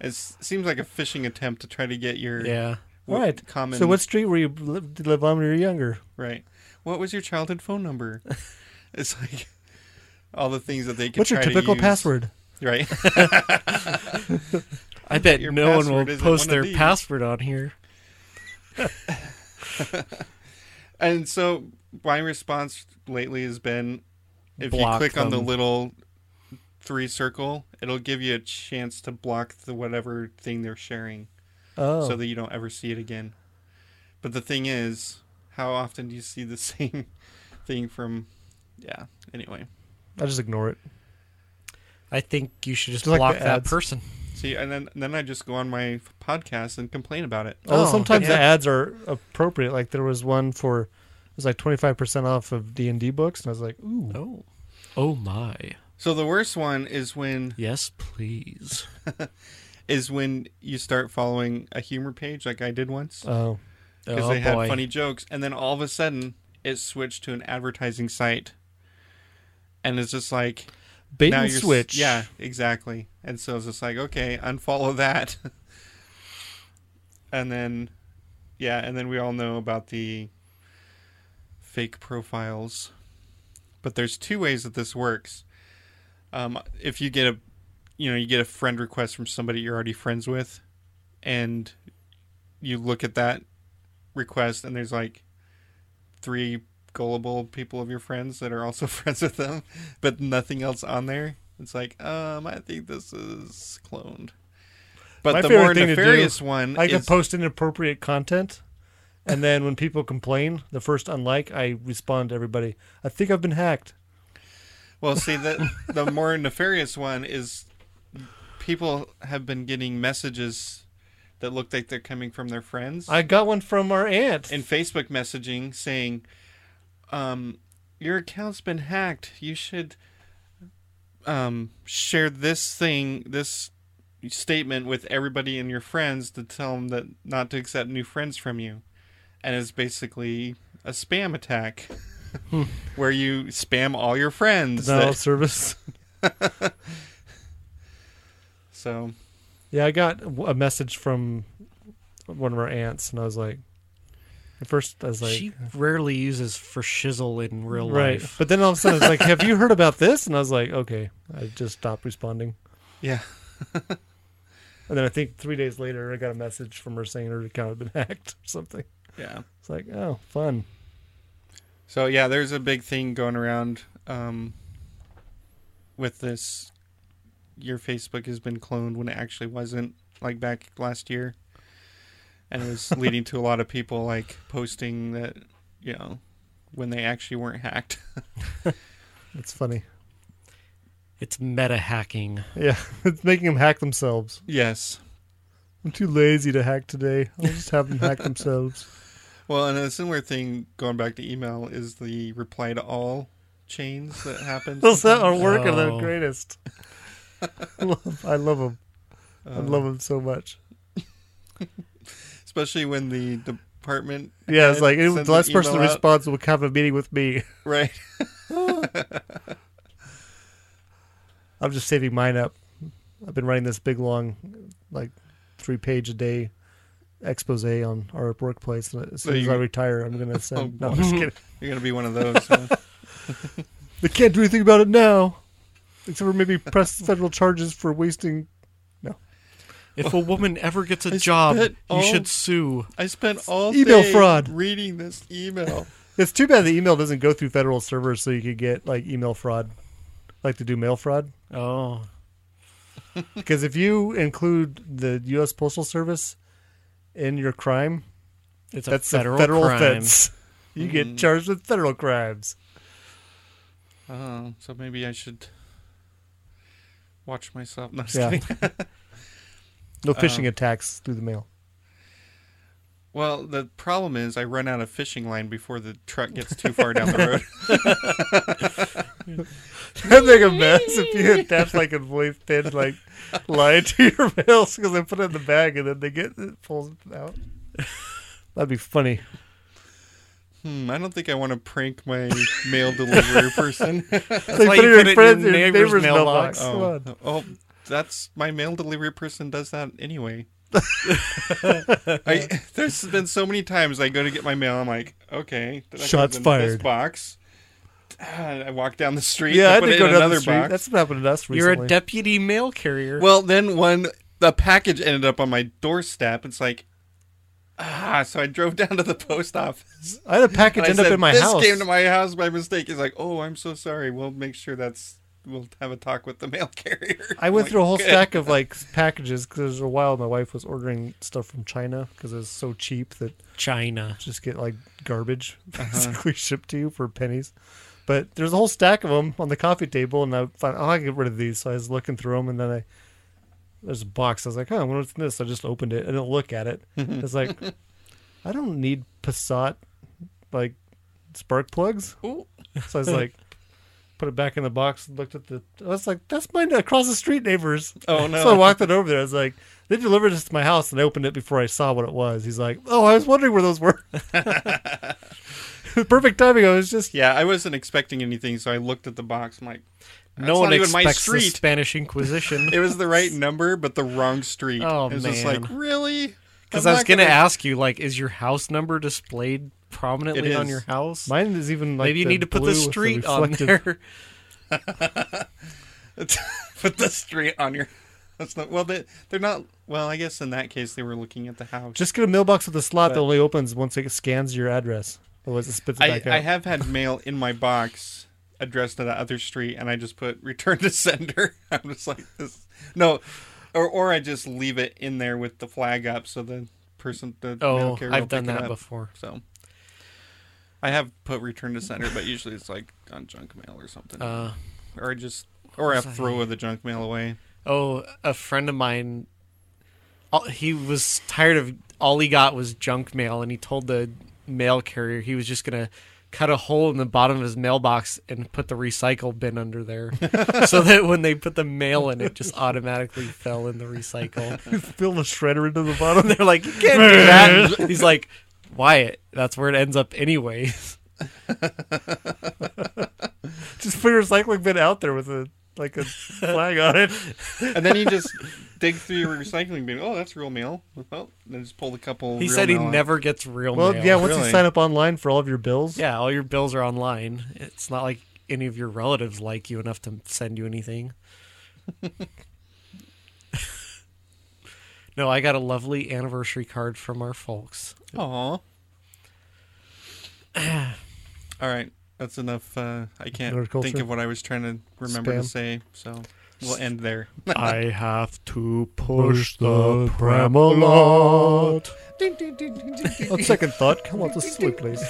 S3: It seems like a phishing attempt to try to get your
S4: Yeah.
S3: w-
S1: right.
S3: common
S1: So, what street were you live, did you live on when you were younger?
S3: right. What was your childhood
S1: <laughs>
S3: phone number? It's like all the things that they can.
S1: What's your
S3: try to
S1: typical
S3: use.
S1: password?
S3: Right.
S4: I bet
S3: Your
S4: no one
S3: password
S4: will
S3: isn't one
S4: post
S3: of
S4: their
S3: these.
S4: password on here.
S3: And so my response lately has been if you
S4: Block
S3: click on the
S4: them.
S3: little three circle, it'll give you a chance to block the whatever thing they're sharing
S1: Oh,
S3: so that you don't ever see it again. But the thing is, how often do you see the <laughs> same thing from yeah, anyway.
S1: I just ignore it.
S4: I think you should just
S1: Just like
S4: block
S1: the
S4: that
S1: ads.
S4: person.
S3: See, and then then I just go on my f- podcast and complain about it.
S1: Although
S4: Oh,
S1: sometimes the
S4: yeah.
S1: ads are appropriate. Like there was one for was like 25% off of D&D books. And I was like, ooh.
S4: Oh. Oh my.
S3: So the worst one is when
S4: Yes, please.
S3: is when you start following a humor page like I did once
S1: Oh.
S3: because
S4: oh
S3: they had
S4: boy.
S3: funny jokes, and then all of a sudden it switched to an advertising site, and it's just like
S4: bait
S3: now
S4: and
S3: you're
S4: switch.
S3: Yeah, exactly. And so it's just like okay, unfollow that, <laughs> and then yeah, and then we all know about the fake profiles, but there's two ways that this works. Um, if you get a you know you get a friend request from somebody you're already friends with and you look at that request and there's like three gullible people of your friends that are also <laughs> friends with them but nothing else on there it's like um i think this is cloned but
S1: My
S3: the
S1: favorite
S3: more
S1: thing to do,
S3: nefarious one
S1: I can
S3: is
S1: post inappropriate content. And then when people complain, the first unlike, I respond to everybody, I think I've been hacked.
S3: Well, see
S1: <laughs>
S3: the the more nefarious one is people have been getting messages that look like they're coming from their friends
S1: I got one from our aunt. <laughs>
S3: in Facebook messaging saying, um, "Your account's been hacked. You should um, share this thing, this statement with everybody and your friends to tell them that not to accept new friends from you." And it's basically a spam attack. <laughs> Where you spam all your friends.
S1: Denial
S3: that-
S1: of service.
S3: So
S1: Yeah, I got w- a message from one of our aunts, and I was like, at first I was like,
S4: <laughs>
S1: uh,
S4: she rarely uses for shizzle in real
S1: right,
S4: life.
S1: but then all of a sudden it's like, have you heard about this? And I was like, okay, I just stopped responding.
S3: yeah,
S1: And then I think three days later, I got a message from her saying her account had been <laughs> hacked or something.
S3: yeah.
S1: It's like, oh, fun.
S3: So yeah, there's a big thing going around um, with this. Your Facebook has been cloned when it actually wasn't, like back last year, and it
S1: <laughs>
S3: was leading to a lot of people like posting that you know when they actually weren't hacked. <laughs>
S1: It's funny.
S4: It's meta hacking.
S1: Yeah, <laughs> it's making them hack themselves.
S3: yes.
S1: I'm too lazy to hack today. I'll just have them hack themselves.
S3: Well, and a similar thing going back to email is the reply to all chains that
S1: <laughs>
S3: happens.
S1: <laughs> Those that are work are the
S4: Oh.
S1: greatest. I <laughs> love, I love them. I love them so much.
S3: especially when the department.
S1: Yeah, it's
S3: head
S1: like it, was
S3: sends
S1: the
S3: an
S1: last person
S3: email out.
S1: responsible will have a meeting with me.
S3: <laughs> Right.
S1: I'm just saving mine up. I've been writing this big long, like three page a day expose on our workplace. And as
S3: So
S1: soon as
S3: you- Oh,
S1: I retire, I'm
S3: <laughs>
S1: gonna send. no, I'm just kidding.
S3: You're gonna be one of
S1: <laughs>
S3: those. huh?
S1: They can't do anything about it now, except for maybe press <laughs> federal charges for wasting.
S4: If a woman ever gets a
S3: I
S4: job,
S3: spit
S4: you
S3: all-
S4: should sue.
S3: I spent all
S1: Email
S3: day
S1: fraud.
S3: reading this email.
S1: It's too bad the email doesn't go through federal servers, so you could get like email fraud, like to do mail fraud.
S4: Oh.
S1: Because if you include the U.S. Postal Service in your crime,
S4: It's a
S1: that's
S4: federal,
S1: a federal
S4: crime.
S1: offense. You get charged with federal crimes.
S3: Oh, so maybe I should watch myself. No, I'm just
S1: Yeah.
S3: kidding. <laughs>
S1: No phishing <laughs> attacks through the mail.
S3: Well, the problem is I run out of fishing line before the truck gets too
S1: <laughs>
S3: far down the road.
S1: That'd make a mess if you attach like a voice thin <laughs> like line to your mails because they put it in the bag and then they get it pulls it out. That'd be funny.
S3: Hmm, I don't think I want to prank my mail delivery person.
S1: they
S4: why
S1: put
S4: you
S1: it in
S4: put it in
S1: friends-
S4: your
S1: your
S4: neighbor's
S1: neighbor's
S4: mailbox.
S1: mailbox. Come on.
S3: oh, oh, that's my mail delivery person does that
S1: <laughs>
S3: anyway. I, there's been so many times I go to get my mail. I'm like, okay, that goes
S1: Shots
S3: in This
S1: fired.
S3: box. Ah, I walk down the street.
S1: Yeah,
S3: I,
S1: I
S3: put
S1: did
S3: it
S1: go
S3: in
S1: down
S3: another
S1: the street.
S3: box.
S1: That's what happened to us
S3: Oh.
S4: You're
S1: recently.
S4: a deputy mail carrier.
S3: Well, then one the package ended up on my doorstep. It's like ah, so I drove down to the post office.
S1: I had a package
S3: And I
S1: end up
S3: said,
S1: in my
S3: this
S1: house.
S3: came to my house by mistake. He's like, oh, I'm so sorry. We'll make sure that's we'll have a talk with the mail <laughs> carrier.
S1: I
S3: I'm
S1: went
S3: like,
S1: through a whole
S3: <laughs> "Good."
S1: stack of like packages because there was a while my wife was ordering stuff from China because it was so cheap that
S4: China.
S1: just get like garbage <laughs>
S3: Uh-huh.
S1: basically shipped to you for pennies. But there's a whole stack of them on the coffee table, and I thought, oh, I can get rid of these. So I was looking through them, and then I there's a box. I was like, oh, what's in this? I just opened it. I
S3: <laughs>
S1: didn't look at it. It's like I don't need Passat like spark plugs. So I was like, put it back in the box. and Looked at the. I was like, that's mine across the street neighbors.
S3: Oh, no.
S1: So I walked it over there. I was like, they delivered this to my house, and I opened it before I saw what it was. He's like, oh, I was wondering where those were. <laughs> Perfect timing. I was just
S3: Yeah, I wasn't expecting anything, so I looked at the box. I'm like,
S4: No
S3: "That's
S4: one
S3: not even
S4: expects
S3: my
S4: the
S3: street.
S4: Spanish Inquisition.
S3: <laughs> it was
S4: <laughs>
S3: the right number, but the wrong street.
S4: Oh,
S3: it was just
S4: man.
S3: like really.
S4: Because
S3: I'm
S4: I was
S3: not
S4: gonna ask you, like, is your house number displayed prominently
S3: It
S4: on
S3: is.
S4: your house?
S1: mine is even like
S4: Maybe you
S1: the
S4: need to put
S1: blue
S4: the
S1: with
S4: street on
S1: reflective-
S4: there.
S3: <laughs> put the street on your. <laughs> That's not well. They they're not well. I guess in that case they were looking at the house.
S1: Just get a <laughs> mailbox with a slot that
S3: But-
S1: only opens once it scans your address. Otherwise, it spits it
S3: I,
S1: back out.
S3: I
S4: <laughs>
S3: have had mail in my box addressed to the other street, and I just put return to sender. <laughs> I'm just like this. No, or or I just leave it in there with the flag up, so the person the mail
S4: Oh,
S3: carrier will
S4: I've done
S3: pick it
S4: that
S3: up.
S4: before.
S3: So I have put return to sender, but usually it's like on junk mail or something,
S4: Uh,
S3: or I just or I throw the junk mail away.
S4: Oh, a friend of mine, all- he was tired of all he got was junk mail, and he told the mail carrier he was just gonna cut a hole in the bottom of his mailbox and put the recycle bin
S1: <laughs>
S4: under there, so that when they put the mail in, it just automatically fell in
S1: <laughs>
S4: the recycle.
S1: Fill the shredder into the bottom.
S4: <laughs> They're like, you can't do
S1: <laughs>
S4: that. He's like, Wyatt, that's where it ends up anyway.
S1: Just put your recycling bin out there with a like a flag on
S4: <laughs>
S1: it.
S3: And then you just <laughs> dig through your recycling bin. Oh, that's real mail. Well, then just pull a couple.
S4: He
S3: real
S4: said he
S3: mail out.
S4: never gets real
S1: Well,
S4: mail. <laughs>
S1: yeah. Once
S3: Really?
S1: you sign up online for all of your bills,
S4: Yeah, all your bills are online. It's not like any of your relatives like you enough to send you anything. <laughs> no, I got a lovely anniversary card from
S1: <laughs>
S4: our folks.
S3: Aw. <clears throat> All right. That's enough. Uh, I can't
S1: Agriculture.
S3: think of what I was trying to remember to
S1: Spam.
S3: say, so we'll end there.
S4: I have to
S1: push the pram a lot. <laughs> On second thought, come on to sleep, please.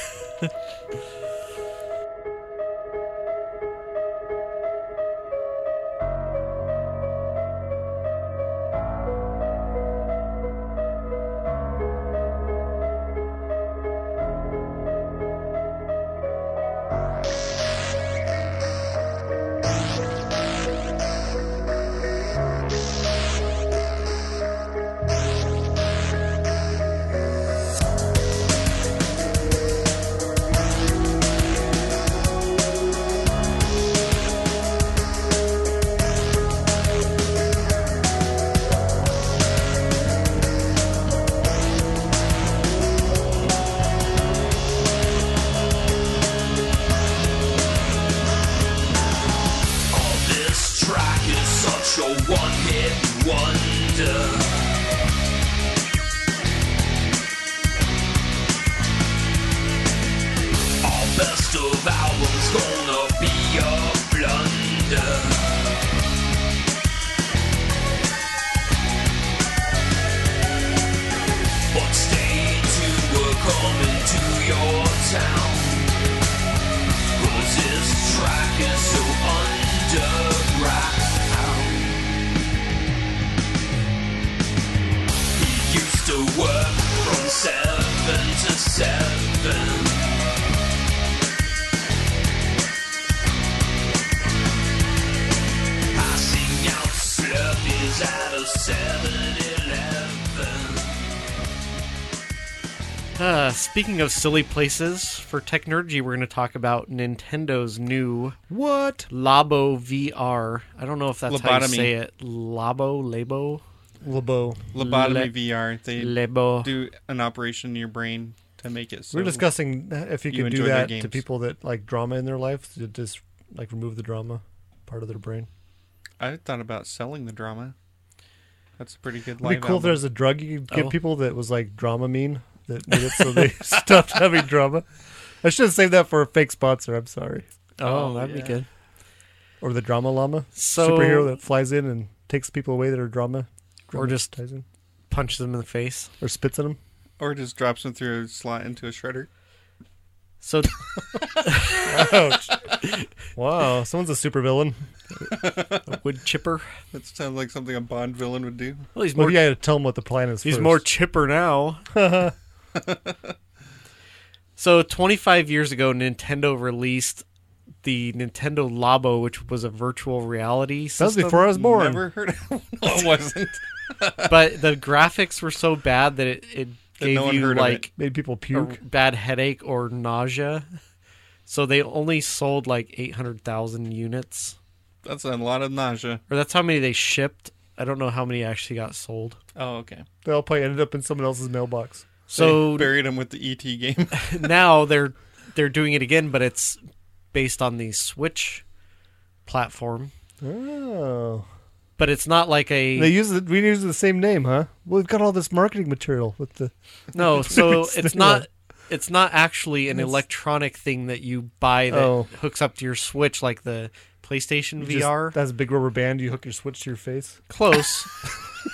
S5: This track is such a one hit wonder. Our best of albums gonna be a blunder. But stay tuned, we're coming to your town. Cause this track is so underground. He used to work from seven to seven. Passing out slurpees at a 7-Eleven.
S4: Uh, speaking of silly places, for Technergy, we're going to talk about Nintendo's new
S1: What?
S4: Labo VR. I don't know if that's how you
S3: Lobotomy.
S4: say it. Labo, Labo,
S1: Lebo.
S3: Lobotomy
S4: Le-
S3: VR. They
S4: Labo.
S3: do an operation in your brain to make it so.
S1: We were discussing if you
S3: You
S1: could do
S3: enjoy their
S1: that to
S3: games.
S1: people that like drama in their life to just like remove the drama part of their brain.
S3: I thought about selling the drama. That's a pretty good
S1: It'd be
S3: live
S1: cool if
S3: album.
S1: there's a drug you could give
S4: Oh.
S1: people that was like Dramamine that made it so they <laughs> stopped having drama. I should have saved that for a fake sponsor. I'm sorry.
S4: Oh, that'd be good.
S1: Or the drama llama
S4: So-
S1: superhero that flies in and takes people away that are drama,
S4: Or just-
S1: dramatizing.
S4: Punch them in the face.
S1: or spits in them.
S3: Or just drops them through a slot into a shredder.
S4: So <laughs>
S1: Wow, someone's a supervillain.
S4: wood chipper.
S3: That sounds like something a Bond villain would do.
S4: Well, he's
S1: Well,
S4: more
S1: you <laughs> gotta tell him what the plan is.
S4: he's
S1: first.
S4: more chipper now. So 25 years ago, Nintendo released the Nintendo Labo, which was a virtual reality
S1: That was
S4: system.
S1: before I was born.
S3: Never heard of <laughs> no, it. wasn't.
S4: but the graphics were so bad that it, it
S3: That
S4: gave
S3: no one
S4: you
S3: heard of it.
S4: like
S1: Made people
S4: a
S1: puke.
S4: bad headache or nausea. So they only sold like 800,000 units,
S3: That's a lot of nausea.
S4: or that's how many they shipped. I don't know how many actually got sold.
S3: Oh, okay.
S1: They all probably ended up in someone else's mailbox.
S4: So
S3: <laughs> they buried him with the ET game.
S4: <laughs>
S3: <laughs>
S4: now they're they're doing it again, but it's based on the Switch platform.
S1: Oh.
S4: But it's not like
S1: They
S4: a
S1: use the, we use the same name, huh? Well, we've got all this marketing material with the
S4: no.
S1: <laughs>
S4: So
S1: It's
S4: it's
S1: not.
S4: not it's not actually an electronic thing that you buy that
S1: Oh.
S4: hooks up to your Switch like the PlayStation
S1: just- <laughs>
S4: VR.
S1: That's a big rubber band. You hook your switch to your face.
S4: Close.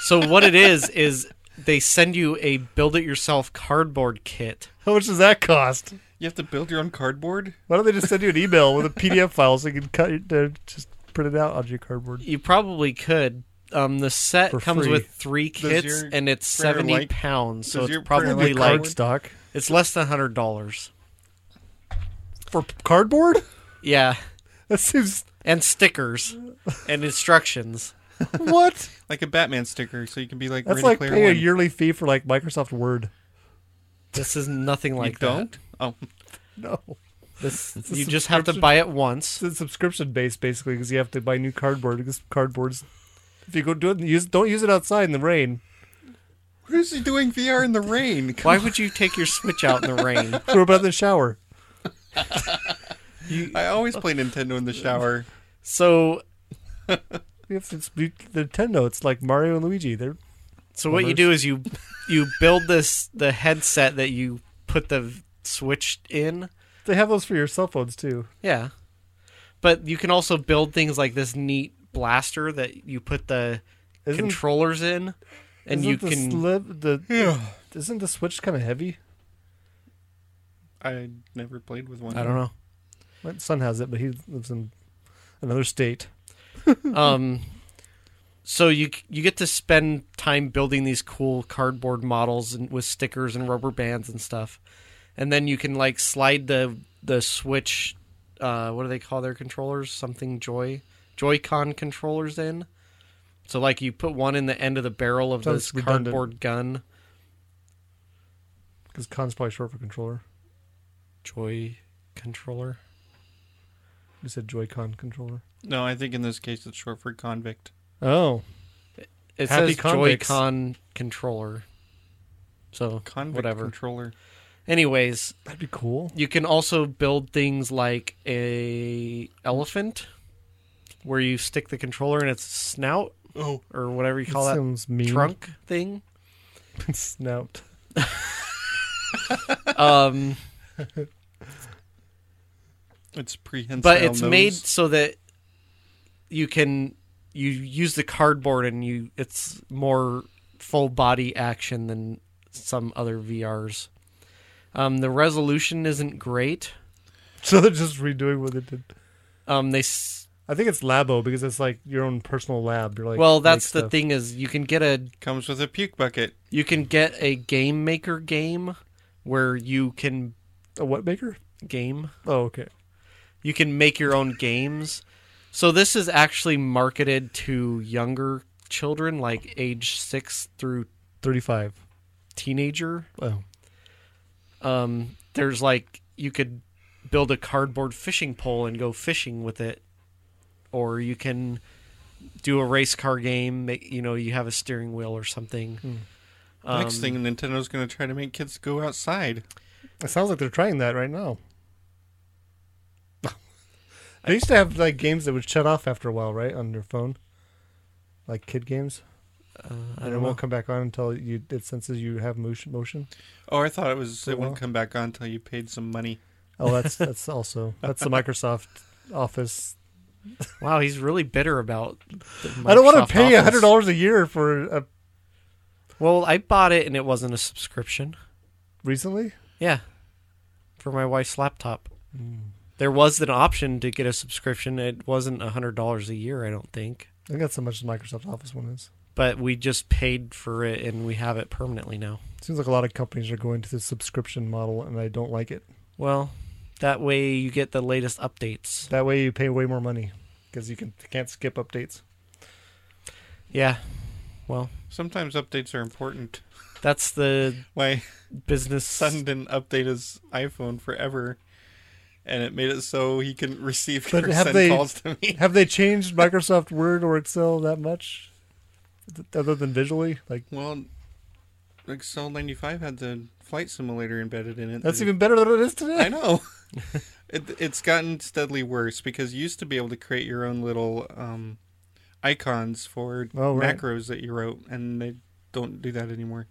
S4: so what it is is they send you a build it yourself cardboard kit.
S1: How much does that cost?
S3: you have to build your own cardboard.
S1: Why don't they just send you an email with a PDF file so you can cut it, uh, just print it out on your cardboard?
S4: You probably could. Um, the set
S1: For
S4: comes
S1: free.
S4: with three
S3: Does
S4: kits
S3: your
S4: and it's
S3: printer
S4: seventy
S3: like-
S4: pounds, so
S3: does
S4: it's
S3: your printer
S4: probably
S3: like
S4: like
S3: cardboard?
S1: Stock
S4: It's less than hundred dollars.
S1: for p- cardboard? <laughs>
S4: Yeah,
S1: That seems
S4: and stickers and instructions.
S1: what?
S3: Like a Batman sticker, so you can be like
S1: That's
S3: Ready
S1: like
S3: Player
S1: paying a
S3: One.
S1: yearly fee for like Microsoft Word.
S4: This is nothing
S3: you
S4: like that.
S3: don't? Oh, <laughs>
S1: No,
S4: This
S1: a
S4: you just have to
S1: subscription.
S4: buy it once.
S1: it's subscription based basically because you have to buy new cardboard because cardboard's. If you go do it, use don't use it outside in the rain
S3: who's he doing VR in
S4: <laughs>
S3: the rain? Come
S4: Why would you take your Switch out in
S1: <laughs>
S4: the rain?
S1: throw it out in the shower.
S3: on. I always play Nintendo in the shower.
S4: So,
S1: You have to it's the Nintendo. It's like Mario and Luigi. They're
S4: so what you do is you you build this the headset that you put the v- Switch in.
S1: they have those for your cell phones too.
S4: Yeah, but you can also build things like this neat blaster that you put the
S1: Isn't-
S4: controllers in, and
S1: isn't
S4: you
S1: the
S4: can
S1: slip- the isn't the Switch kind of heavy?
S3: I never played with one.
S4: I don't know.
S1: My son has it, but he lives in another state.
S4: um so you you get to spend time building these cool cardboard models and with stickers and rubber bands and stuff and then you can like slide the the switch uh what do they call their controllers something joy joy-con controllers in so like you put one in the end of the barrel of
S1: Sounds
S4: this
S1: redundant.
S4: cardboard gun
S1: Because con's probably short for controller.
S4: joy controller
S1: You said Joy-Con controller.
S3: No, I think in this case it's short for convict.
S1: Oh,
S4: it
S1: Happy
S4: says
S1: convicts.
S4: joy-con controller so
S3: Convict
S4: whatever
S3: controller.
S4: anyways
S1: that'd be cool.
S4: You can also build things like a elephant, where you stick the controller in its snout,
S3: Oh.
S4: or whatever you
S1: That
S4: call that,
S1: sounds mean.
S4: trunk thing.
S1: snout. <laughs>
S4: Um,
S3: It's prehensile.
S4: but it's
S3: nose.
S4: made so that you can you use the cardboard and you it's more full body action than some other VRs. Um, the resolution isn't great.
S1: So they're just redoing what they did.
S4: Um, they s-
S1: I think it's Labo because it's like your own personal lab. You're like
S4: well,
S1: make
S4: that's the
S1: stuff.
S4: thing is you can get a
S3: comes with a puke bucket.
S4: You can get a game maker game where you can
S1: A what maker?
S4: game.
S1: Oh, okay.
S4: You can make your own games. So this is actually marketed to younger children like age 6 through
S1: Thirty-five.
S4: teenager.
S1: Oh,
S4: Um there's like you could build a cardboard fishing pole and go fishing with it or you can do a race car game, make, you know, you have a steering wheel or something.
S3: Next
S4: Um,
S3: thing, Nintendo's going to try to make kids go outside.
S1: it sounds like they're trying that right now. <laughs> they used to have like games that would shut off after a while, right, on your phone, like kid games,
S4: I
S1: and it
S4: don't know.
S1: won't come back on until you it senses you have motion. Motion.
S3: Oh, I thought it was it
S1: well.
S3: wouldn't come back on until you paid some money.
S1: Oh, that's that's also that's
S4: <laughs>
S1: the Microsoft Office.
S4: Wow, he's really bitter about the
S1: I don't want
S4: Microsoft
S1: to pay a
S4: Office.
S1: hundred dollars a year for uh, a,
S4: Well, I bought it and it wasn't a subscription.
S1: recently.
S4: Yeah. For my wife's laptop. There was an option to get a subscription. It wasn't a $100 a year, I don't think.
S1: I think that's how much the Microsoft Office one is.
S4: But we just paid for it and we have it permanently now.
S1: Seems like a lot of companies are going to the subscription model, and I don't like it.
S4: Well, that way you get the latest updates.
S1: That way you pay way more money because you can can't skip
S4: <laughs>
S1: updates.
S4: Yeah. Well,
S3: Sometimes updates are important.
S4: that's the
S3: My
S4: business.
S3: son didn't update his iPhone forever, and it made it so he couldn't <laughs> receive
S1: But
S3: or
S1: have
S3: send
S1: they-
S3: calls to me.
S1: Have they changed Microsoft Word or Excel that much? Th- Other than visually, like
S3: <laughs> Well, Excel 95 had the flight simulator embedded in it.
S1: that's
S3: that-
S1: even better than it is today.
S3: <laughs> I know.
S1: <laughs>
S3: it, it's gotten steadily worse because you used to be able to create your own little um, icons for
S1: Oh, right.
S3: macros that you wrote, and they don't do that anymore.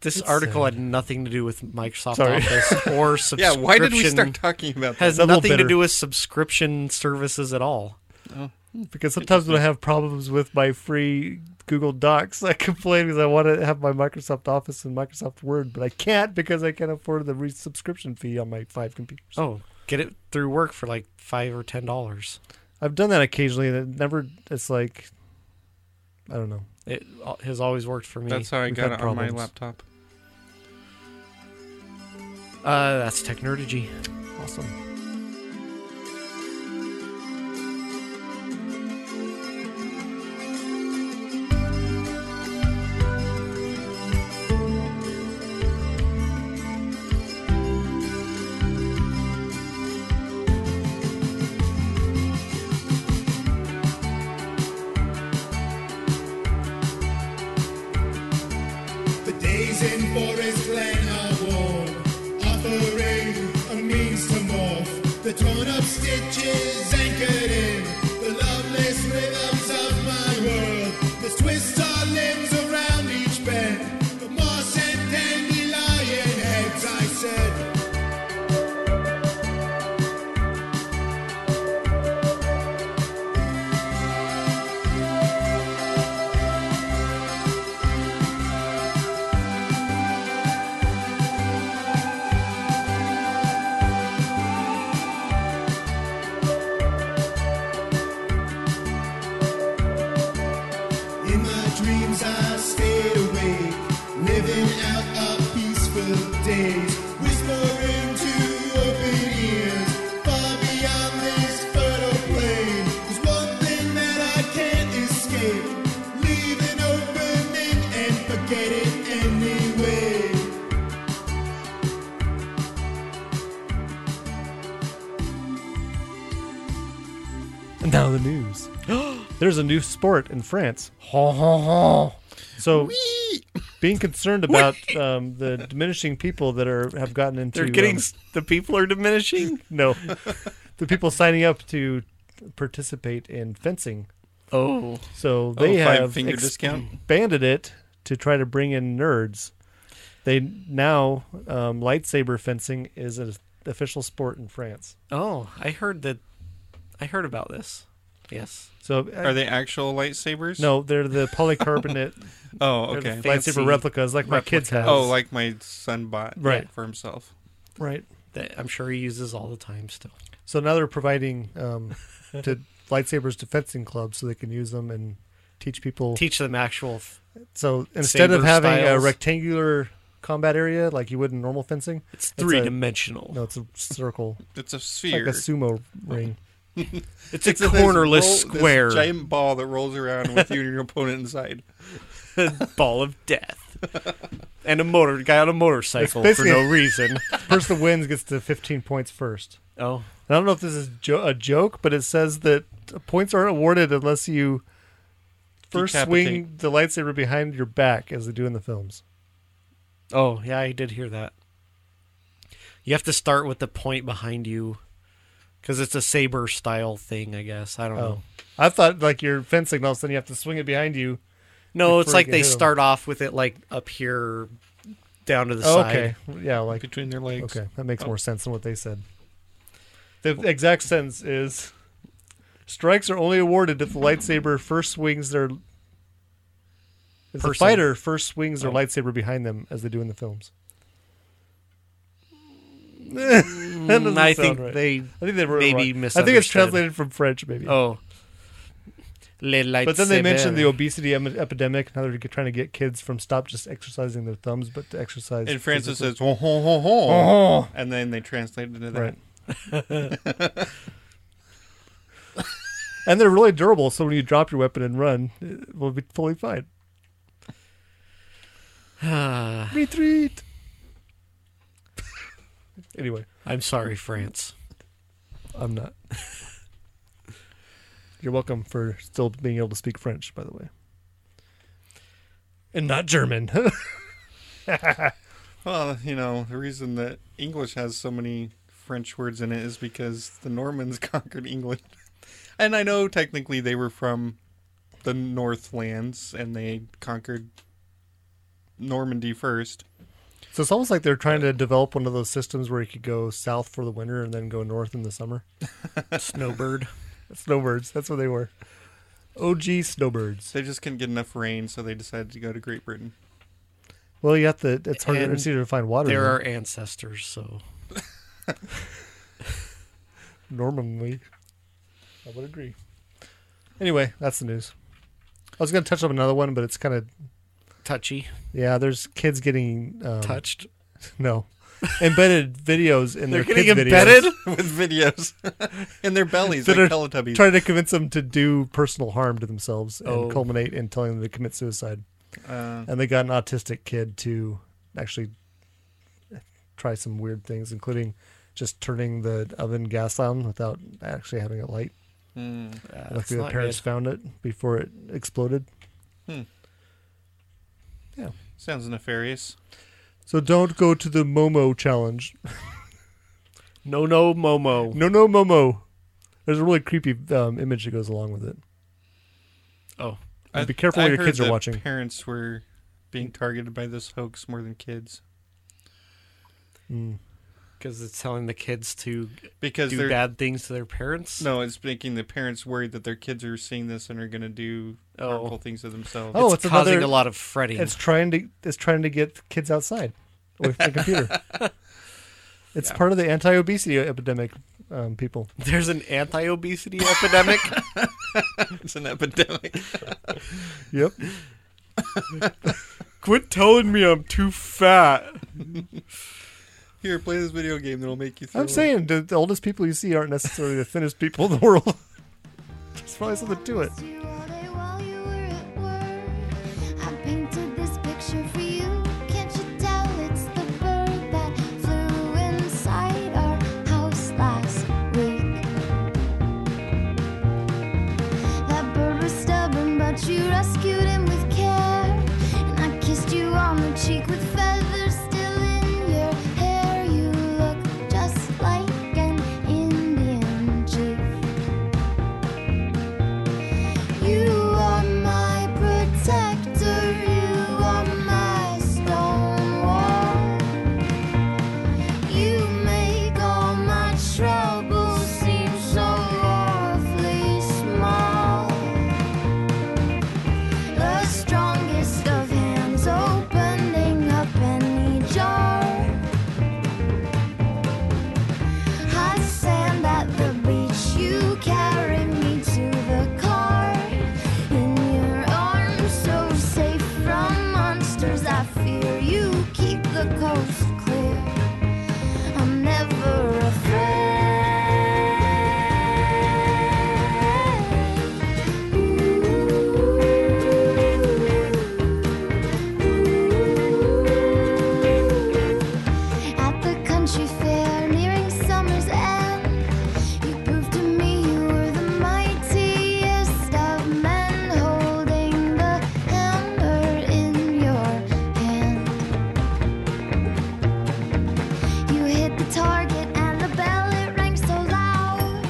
S4: This article had nothing to do with Microsoft
S1: Sorry.
S4: Office or subscription.
S3: <laughs> Yeah, why did we start <laughs> talking about that?
S4: Has
S1: Double
S4: nothing to
S1: bitter.
S4: do with subscription services at all.
S3: Oh, hmm.
S1: Because sometimes when I have problems with my free Google Docs, I <laughs> complain because I want to have my Microsoft Office and Microsoft Word, but I can't because I can't afford the re- subscription fee on my five computers.
S4: Oh, get it through work for like five or ten dollars.
S1: I've done that occasionally, and it never. It's like, I don't know.
S4: It al- has always worked for me.
S3: That's how I
S1: We've
S3: got
S1: had
S3: it on my
S1: problems.
S3: laptop.
S4: uh, that's Technergy.
S1: Awesome.
S5: The days in Forest Glen are warm, offering a means to morph. The torn up stitches anchored in the loveless rhythms of my world. The twist our limbs around each bend, the moss and dandelion heads, I said. In my dreams, I stayed awake, living out our peaceful days, whispering to open ears. Far beyond this fertile plain, there's one thing that I can't escape. Leave an opening and forget it anyway.
S1: And <laughs> now the news. <gasps> There's a new sport in France. So, being concerned <laughs> about um, the diminishing people that are have gotten into
S4: They're getting
S1: um,
S4: s the people are diminishing.
S1: <laughs> no, the people signing up to participate in fencing.
S4: oh,
S1: So
S3: Oh,
S1: they
S3: five
S1: have
S3: finger discount?
S1: expanded it to try to bring in nerds. They now um, lightsaber fencing is an official sport in France.
S4: oh, I heard that. I heard about this. Yes.
S1: So uh,
S3: Are they actual lightsabers?
S1: no, they're the polycarbonate
S3: Oh,
S1: they're the
S3: okay.
S4: fan- Fancy
S1: lightsaber replicas like my kids have.
S3: Oh, like my son bought
S1: Right.
S3: for himself.
S1: right.
S4: That I'm sure he uses all the time still.
S1: So now they're providing um, <laughs> to lightsabers to fencing clubs so they can use them and teach people.
S4: Teach them actual. f-
S1: so instead of
S4: saber
S1: having a
S4: styles.
S1: rectangular combat area like you would in normal fencing,
S4: It's
S1: a-
S4: three dimensional.
S1: no, it's a
S3: <laughs>
S1: circle,
S3: It's a
S1: like
S3: sphere.
S1: a sumo ring.
S4: <laughs> It's, a
S3: So there's
S4: cornerless
S3: roll- this
S4: square
S3: giant <laughs> ball that rolls around with you and your opponent inside.
S4: ball of death, and a motor guy on a motorcycle for
S1: basically- <laughs>
S4: no reason.
S1: Person that wins gets to 15 points first.
S4: oh,
S1: And I don't know if this is jo- a joke, but it says that points aren't awarded unless you first swing
S3: Decapitate.
S1: the lightsaber behind your back, as they do in the films.
S4: oh, yeah, I did hear that. You have to start with the point behind you, because it's a saber style thing, I guess. I don't
S1: Oh.
S4: know.
S1: I thought like your fencing, all of a sudden you have to swing it behind you.
S4: No, it's
S1: Before
S4: like
S1: you
S4: they
S1: hit 'em.
S4: start off with it like up here, down to the
S1: Oh,
S4: side.
S1: okay, yeah, like
S3: Between their legs.
S1: okay, that makes more sense than what they said. The exact sentence is: strikes are only awarded if the lightsaber first swings their. If the
S4: Person.
S1: fighter first swings their
S4: Oh.
S1: lightsaber behind them, as they do in the films. That doesn't
S4: Mm, I
S1: sound
S4: think
S1: right.
S4: they.
S1: I think they were
S4: maybe Oh.
S1: wrong. I think it's
S3: Oh,
S4: misunderstood.
S1: translated from French, maybe.
S4: Oh.
S1: But then they mentioned the obesity em- epidemic. Now they're trying to get kids from stop just exercising their thumbs, but to exercise.
S3: And Francis
S1: physically.
S3: says, "Ho, ho, ho, ho." and then they translated into that.
S1: Right. <laughs> and they're really durable, so when you drop your weapon and run, it will be totally fine. Retreat. <laughs> Anyway,
S4: I'm sorry, France.
S1: I'm not. You're welcome for still being able to speak French, by the way, and not German. <laughs>
S3: Well, you know, the reason that English has so many French words in it is because the Normans <laughs> conquered England. And I know technically they were from the Northlands and they conquered Normandy first.
S1: So it's almost like they're trying to develop one of those systems where you could go south for the winter and then go north in the summer.
S4: <laughs> Snowbird.
S1: <laughs> Snowbirds, that's what they were. OG snowbirds.
S3: They just couldn't get enough rain, so they decided to go to Great Britain.
S1: Well, you have to. It's harder.
S4: And
S1: It's easier to find water.
S4: They're
S1: than
S4: our ancestors, so
S1: <laughs> normally. I would agree. Anyway, that's the news. I was going to touch on another one, but it's kind of
S4: touchy,
S1: yeah. There's kids getting um,
S4: touched.
S1: <laughs> No, embedded videos in
S4: They're
S1: their
S4: getting
S1: kids' videos
S4: embedded.
S3: With videos <laughs> in their bellies,
S1: that
S3: like
S1: are
S3: Teletubbies.
S1: trying to convince them to do personal harm to themselves and
S4: Oh.
S1: culminate in telling them to commit suicide.
S3: Uh,
S1: and they got an autistic kid to actually try some weird things, including just turning the oven gas on without actually having it light.
S4: that's
S1: Luckily, the
S4: not
S1: parents
S4: good.
S1: found it before it exploded. Yeah.
S3: sounds nefarious.
S1: So don't go to the Momo challenge.
S4: <laughs> No, no, Momo.
S1: No, no, Momo. There's a really creepy um, image that goes along with it.
S4: Oh,
S1: And be careful what your
S3: heard
S1: kids are
S3: that
S1: watching.
S3: Parents were being targeted by this hoax more than kids
S4: because it's telling the kids to
S3: because
S4: do
S3: they're
S4: bad things to their parents.
S3: No, it's making the parents worried that their kids are seeing this and are going to do
S4: Oh.
S3: harmful things to themselves.
S1: Oh,
S4: it's,
S1: it's
S4: causing
S1: another-
S4: a lot of fretting.
S1: It's trying to it's trying to get kids outside with the computer.
S4: <laughs>
S1: It's part of the anti-obesity epidemic, um, people.
S4: <laughs> There's an
S1: <laughs>
S4: anti-obesity epidemic.
S1: Oh.
S3: It's an epidemic. <laughs>
S1: Yep.
S4: Quit telling me I'm too fat.
S3: Here, play this video game that'll make you. Feel
S1: I'm saying the, the oldest people you see aren't necessarily the thinnest people in the world. <laughs> There's probably something to it.
S6: You rescued him with care, and I kissed you on the cheek with feathers still in your hair. You look just like an Indian chief. You are my protector, you are my stone wall. You make all my troubles seem so awfully small. The strongest of hands opening up any jar. Hot sand at the beach, you carry me to the car. In your arms, so safe from monsters, I fear you keep the coast clear. I'm never afraid. At the country fair nearing summer's end, you proved to me you were the mightiest of men, holding the hammer in your hand. You hit the target and the bell it rang so loud,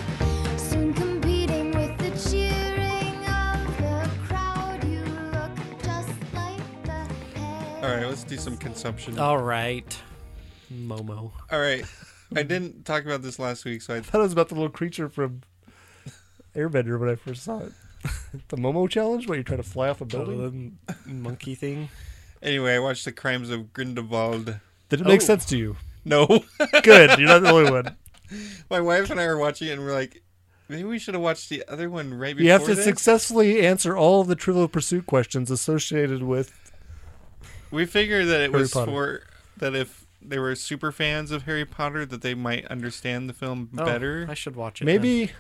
S6: soon competing with the cheering of the crowd. You look just like the head.
S3: All right, let's do some consumption.
S1: Uh.
S4: All right, Momo.
S3: All right, I didn't talk about this last week,
S1: <laughs>
S3: so I
S1: That was about the little creature from Airbender when I first saw it. <laughs> The Momo challenge, where you try to fly off a building.
S4: the monkey thing.
S3: anyway I watched the Crimes of Grindelwald.
S1: Did it make
S4: Oh.
S1: sense to you? <laughs>
S3: No, <laughs>
S4: <laughs>
S1: Good. You're not the only one.
S3: my wife and I were watching it, and we're like, Maybe we should have watched the other one right before.
S1: You have to
S3: this.
S1: successfully answer all of the Trivial Pursuit questions associated with.
S3: We figured that it
S1: Harry
S3: was
S1: Potter.
S3: for that if they were super fans of Harry Potter, that they might understand the film
S1: Oh,
S3: better.
S4: I should watch
S1: Maybe,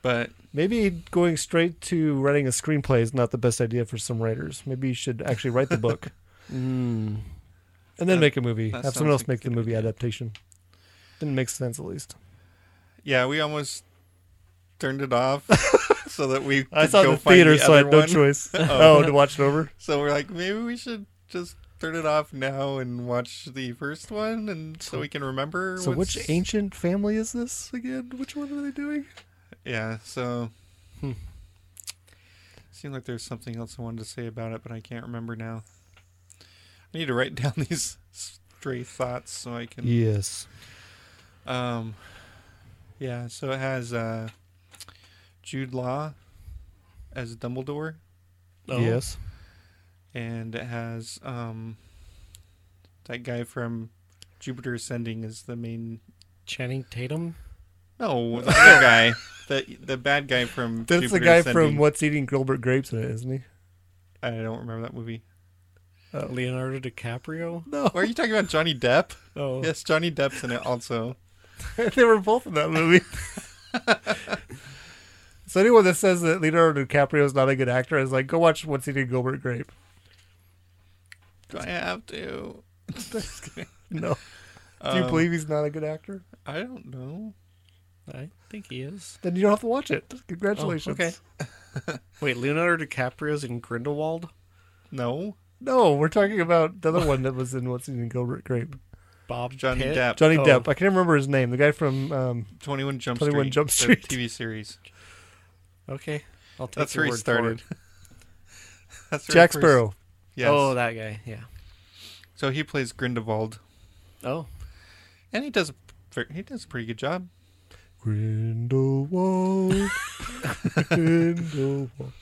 S3: but
S1: maybe going straight to writing a screenplay is not the best idea for some writers. Maybe you should actually write the
S3: <laughs>
S1: book
S4: Mm.
S1: and then
S3: Hmm. That-
S1: make a movie.
S3: that
S1: Have someone
S3: sounds
S1: else make the movie adaptation. Then it makes sense at least.
S3: yeah, we almost turned
S1: <laughs>
S3: it off so that we. Could
S1: I saw it
S3: go
S1: in the
S3: find
S1: theater,
S3: the
S1: so I
S3: other
S1: had no
S3: one. <laughs>
S1: choice. <laughs> Oh, to watch it over?
S3: So we're like, maybe we should just turn it off now and watch the first one, and so we can remember.
S1: So,
S3: what's-
S1: which ancient family is this again? Which one are they doing?
S3: Yeah. So. hmm.
S1: Hmm.
S3: Seemed like there's something else I wanted to say about it, but I can't remember now. I need to write <laughs> down these stray thoughts so I can.
S1: Yes.
S3: Um, yeah, so it has uh, Jude Law as Dumbledore.
S1: Oh. Yes.
S3: And it has um, that guy from Jupiter Ascending is the main.
S4: Channing Tatum.
S3: No, <laughs> the
S1: <laughs>
S3: other guy, the the bad guy from.
S1: That's
S3: Jupiter
S1: the guy
S3: Ascending.
S1: from What's Eating Gilbert Grapes in it, isn't he?
S3: I don't remember that movie.
S4: uh, Leonardo DiCaprio.
S3: <laughs>
S1: No.
S3: Are you talking about Johnny Depp?
S1: <laughs>
S4: Oh.
S3: Yes, Johnny Depp's in it also.
S1: they were both in that movie. <laughs> so anyone that says that Leonardo DiCaprio is not a good actor is like, go watch What's Eating Gilbert Grape. <laughs>
S3: Do I have to? Just kidding.
S1: No. Do you
S3: Um,
S1: believe he's not a good actor?
S3: I don't know.
S4: I think he is.
S1: Then you don't have to watch it.
S4: Oh,
S1: Congratulations.
S4: okay. Wait, Leonardo DiCaprio's in Grindelwald.
S3: No.
S1: No, we're talking about the other one that was in What's Eating Gilbert Grape.
S4: Bob
S3: Johnny
S4: Pitt?
S3: Depp.
S1: Johnny
S4: Oh.
S1: Depp. I can't remember his name. The guy from um,
S3: 21 Jump
S1: 21
S3: Street.
S1: Jump
S3: the
S1: Street.
S3: TV
S1: <laughs>
S3: series.
S4: Okay, I'll take
S3: That's
S4: your
S3: where he
S4: word
S3: started.
S4: For it.
S3: That's where
S1: Jack
S3: he first-
S1: Sparrow.
S3: Yes.
S4: Oh, that guy. Yeah.
S3: So he plays Grindelwald,
S4: Oh,
S3: and he does a pre- he does a pretty good job.
S1: Grindelwald. Grindelwald.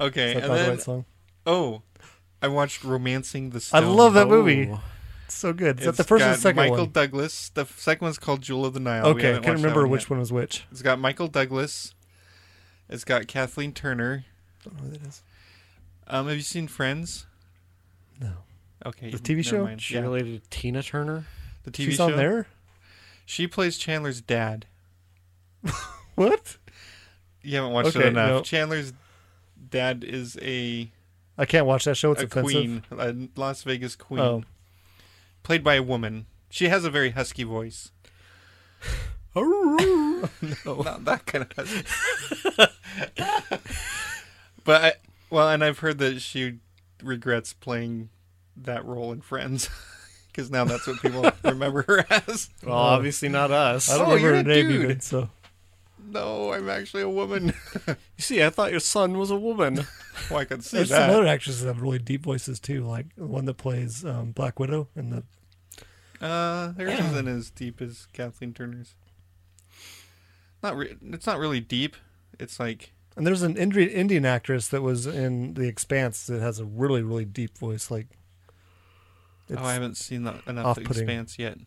S3: Okay,
S1: Is that
S3: and
S1: not the
S3: then
S1: right song?
S3: oh, I watched Romancing the
S1: I
S3: Stone.
S1: love that movie.
S4: Oh.
S1: It's so good. Is
S3: It's
S1: that the first or
S3: got
S1: the second
S3: Michael
S1: one?
S3: Douglas. The f- second one's called Jewel of the Nile. We
S1: okay, I
S3: haven't
S1: can't
S3: watched that
S1: remember
S3: one
S1: which
S3: yet.
S1: one was which.
S3: It's got Michael Douglas. It's got Kathleen Turner.
S1: don't know who that is.
S3: Um, have you seen Friends?
S1: No.
S3: Okay,
S1: The TV
S3: never
S1: show?
S3: mind.
S4: she
S3: Yeah.
S4: related to Tina Turner.
S3: The TV
S1: She's
S3: show.
S1: on there?
S3: She plays Chandler's dad.
S1: What?
S3: You haven't watched it
S1: Okay,
S3: enough.
S1: no.
S3: Chandler's dad is a
S1: I can't watch that show. It's
S3: a
S1: offensive.
S3: queen, a Las Vegas queen,
S1: Oh.
S3: played by a woman. She has a very husky voice. no, not that kind of husky. but I, well, and I've heard that she regrets playing that role in Friends because now that's what people remember her as.
S4: Well, obviously not us.
S1: I don't
S3: Oh,
S1: remember
S3: you're
S1: her
S3: the
S1: name
S3: dude.
S1: even. So
S3: No, I'm actually a woman.
S4: You see, I thought your son was a woman.
S3: well, I could see
S1: there's
S3: that.
S1: some other actresses that have really deep voices too, like the one that plays um, Black Widow and the
S3: Uh, hers isn't as deep as Kathleen Turner's. Not re- it's not really deep. It's like
S1: and there's an Indian Indian actress that was in The Expanse that has a really really deep voice. Like
S3: oh, I haven't seen that enough The
S1: off-putting.
S3: Expanse yet.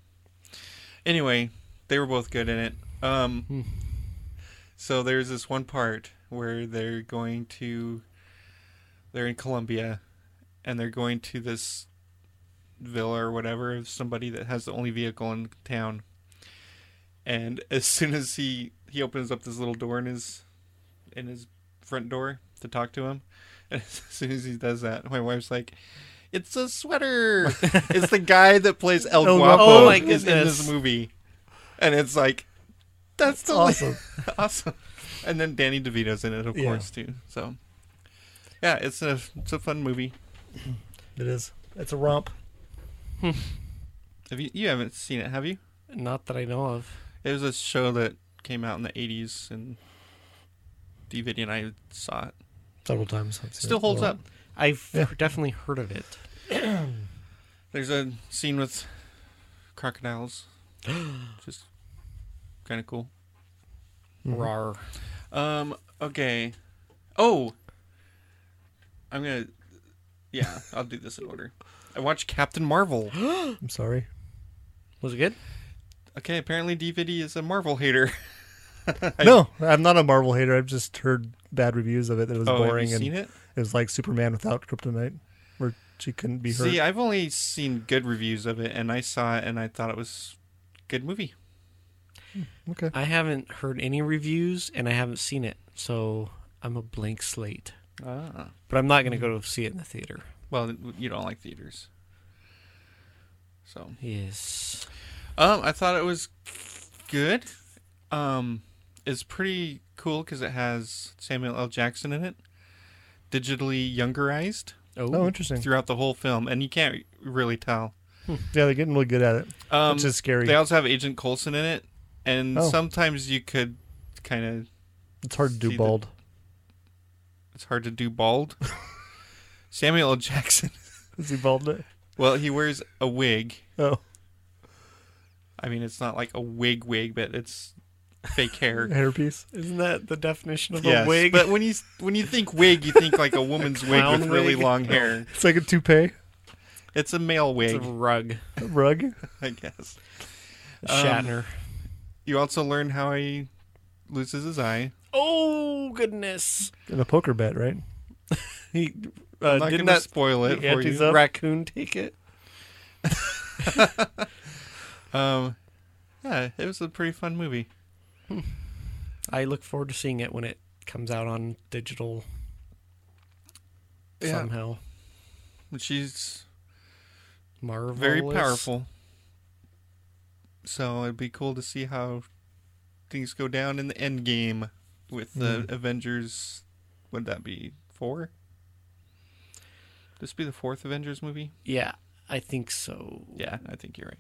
S3: Anyway, they were both good in it. Um, so there's this one part where they're going to, they're in Colombia, and they're going to this villa or whatever of somebody that has the only vehicle in town. And as soon as he he opens up this little door in his in his front door to talk to him, <laughs> and as soon as he does that, my wife's like, "It's a
S4: <laughs>
S3: sweater." it's the guy that plays El
S1: El
S3: Guapo
S4: Guapo. Oh my
S3: is in this
S4: goodness.
S3: movie, and it's like, that's the
S1: awesome.
S3: <laughs> awesome. And then Danny DeVito's in it, of
S1: Yeah.
S3: course, too. So, yeah, it's a it's a fun movie.
S1: it is. It's a romp.
S3: Have you you haven't seen it, have you?
S4: not that I know of.
S3: It was a show that came out in the '80s, and DVD and I saw it.
S1: Several times. I've seen
S3: Still
S1: it.
S3: holds up.
S4: I've definitely heard of it.
S3: There's a scene with crocodiles, just kind of cool.
S4: Rar.
S3: Um. Okay. Oh. I'm gonna. Yeah, I'll do this in order. I watched Captain Marvel.
S1: I'm sorry.
S4: Was it good?
S3: Okay, apparently DVD is a Marvel hater.
S1: no, I'm not a Marvel hater. I've just heard bad reviews of it. That it was
S3: Oh, have you
S1: boring. and
S3: seen it?
S1: It was like Superman without kryptonite, where she couldn't be hurt.
S3: See, I've only seen good reviews of it, and I saw it, and I thought it was a good movie.
S1: Okay.
S4: I haven't heard any reviews and I haven't seen it, so I'm a blank slate.
S3: Ah.
S4: But I'm not going to go to see it in the theater.
S3: Well, you don't like theaters, so
S4: yes.
S3: Um, I thought it was good. Um, it's pretty cool because it has Samuel L. Jackson in it, digitally youngerized.
S1: Oh, interesting.
S3: Throughout the whole film, and you can't really tell.
S1: Hmm. Yeah, they're getting really good at it,
S3: Um,
S1: which is scary.
S3: They also have Agent Coulson in it, and
S1: Oh.
S3: sometimes you could kind of.
S1: It's hard to do
S3: see the-
S1: bald.
S3: it's hard to
S1: <laughs>
S3: do bald. Samuel L. Jackson.
S1: Is he bald now?
S3: Well, he wears a wig.
S1: Oh.
S3: I mean, it's not like a wig wig, but it's fake hair.
S1: Hairpiece.
S4: Isn't that the definition of
S3: Yes,
S4: a wig?
S3: But when you when you think wig, you think like a woman's wig
S4: clown
S3: with really
S4: wig? <laughs>
S3: long hair.
S1: It's like a toupee,
S3: It's a male wig,
S4: It's a rug. Um,
S1: a rug.
S3: I guess. Um,
S4: Shatner.
S3: You also learn how he loses his eye.
S4: oh, goodness.
S1: And a poker bet,
S3: <laughs>
S1: right?
S4: He
S3: I'm
S4: uh,
S3: not
S4: didn't
S3: gonna
S4: that
S3: spoil it
S4: the
S3: for
S4: ante's
S3: you.
S4: up? raccoon take it?
S3: Um, yeah, it was a pretty fun movie.
S4: I look forward to seeing it when it comes out on digital
S3: Yeah.
S4: somehow.
S3: She's
S4: Marvelous.
S3: very powerful, so it'd be cool to see how things go down in the end game with
S4: Hmm.
S3: the Avengers. Would that be four? This be the fourth Avengers movie?
S4: Yeah, I think so.
S3: Yeah, I think you're right.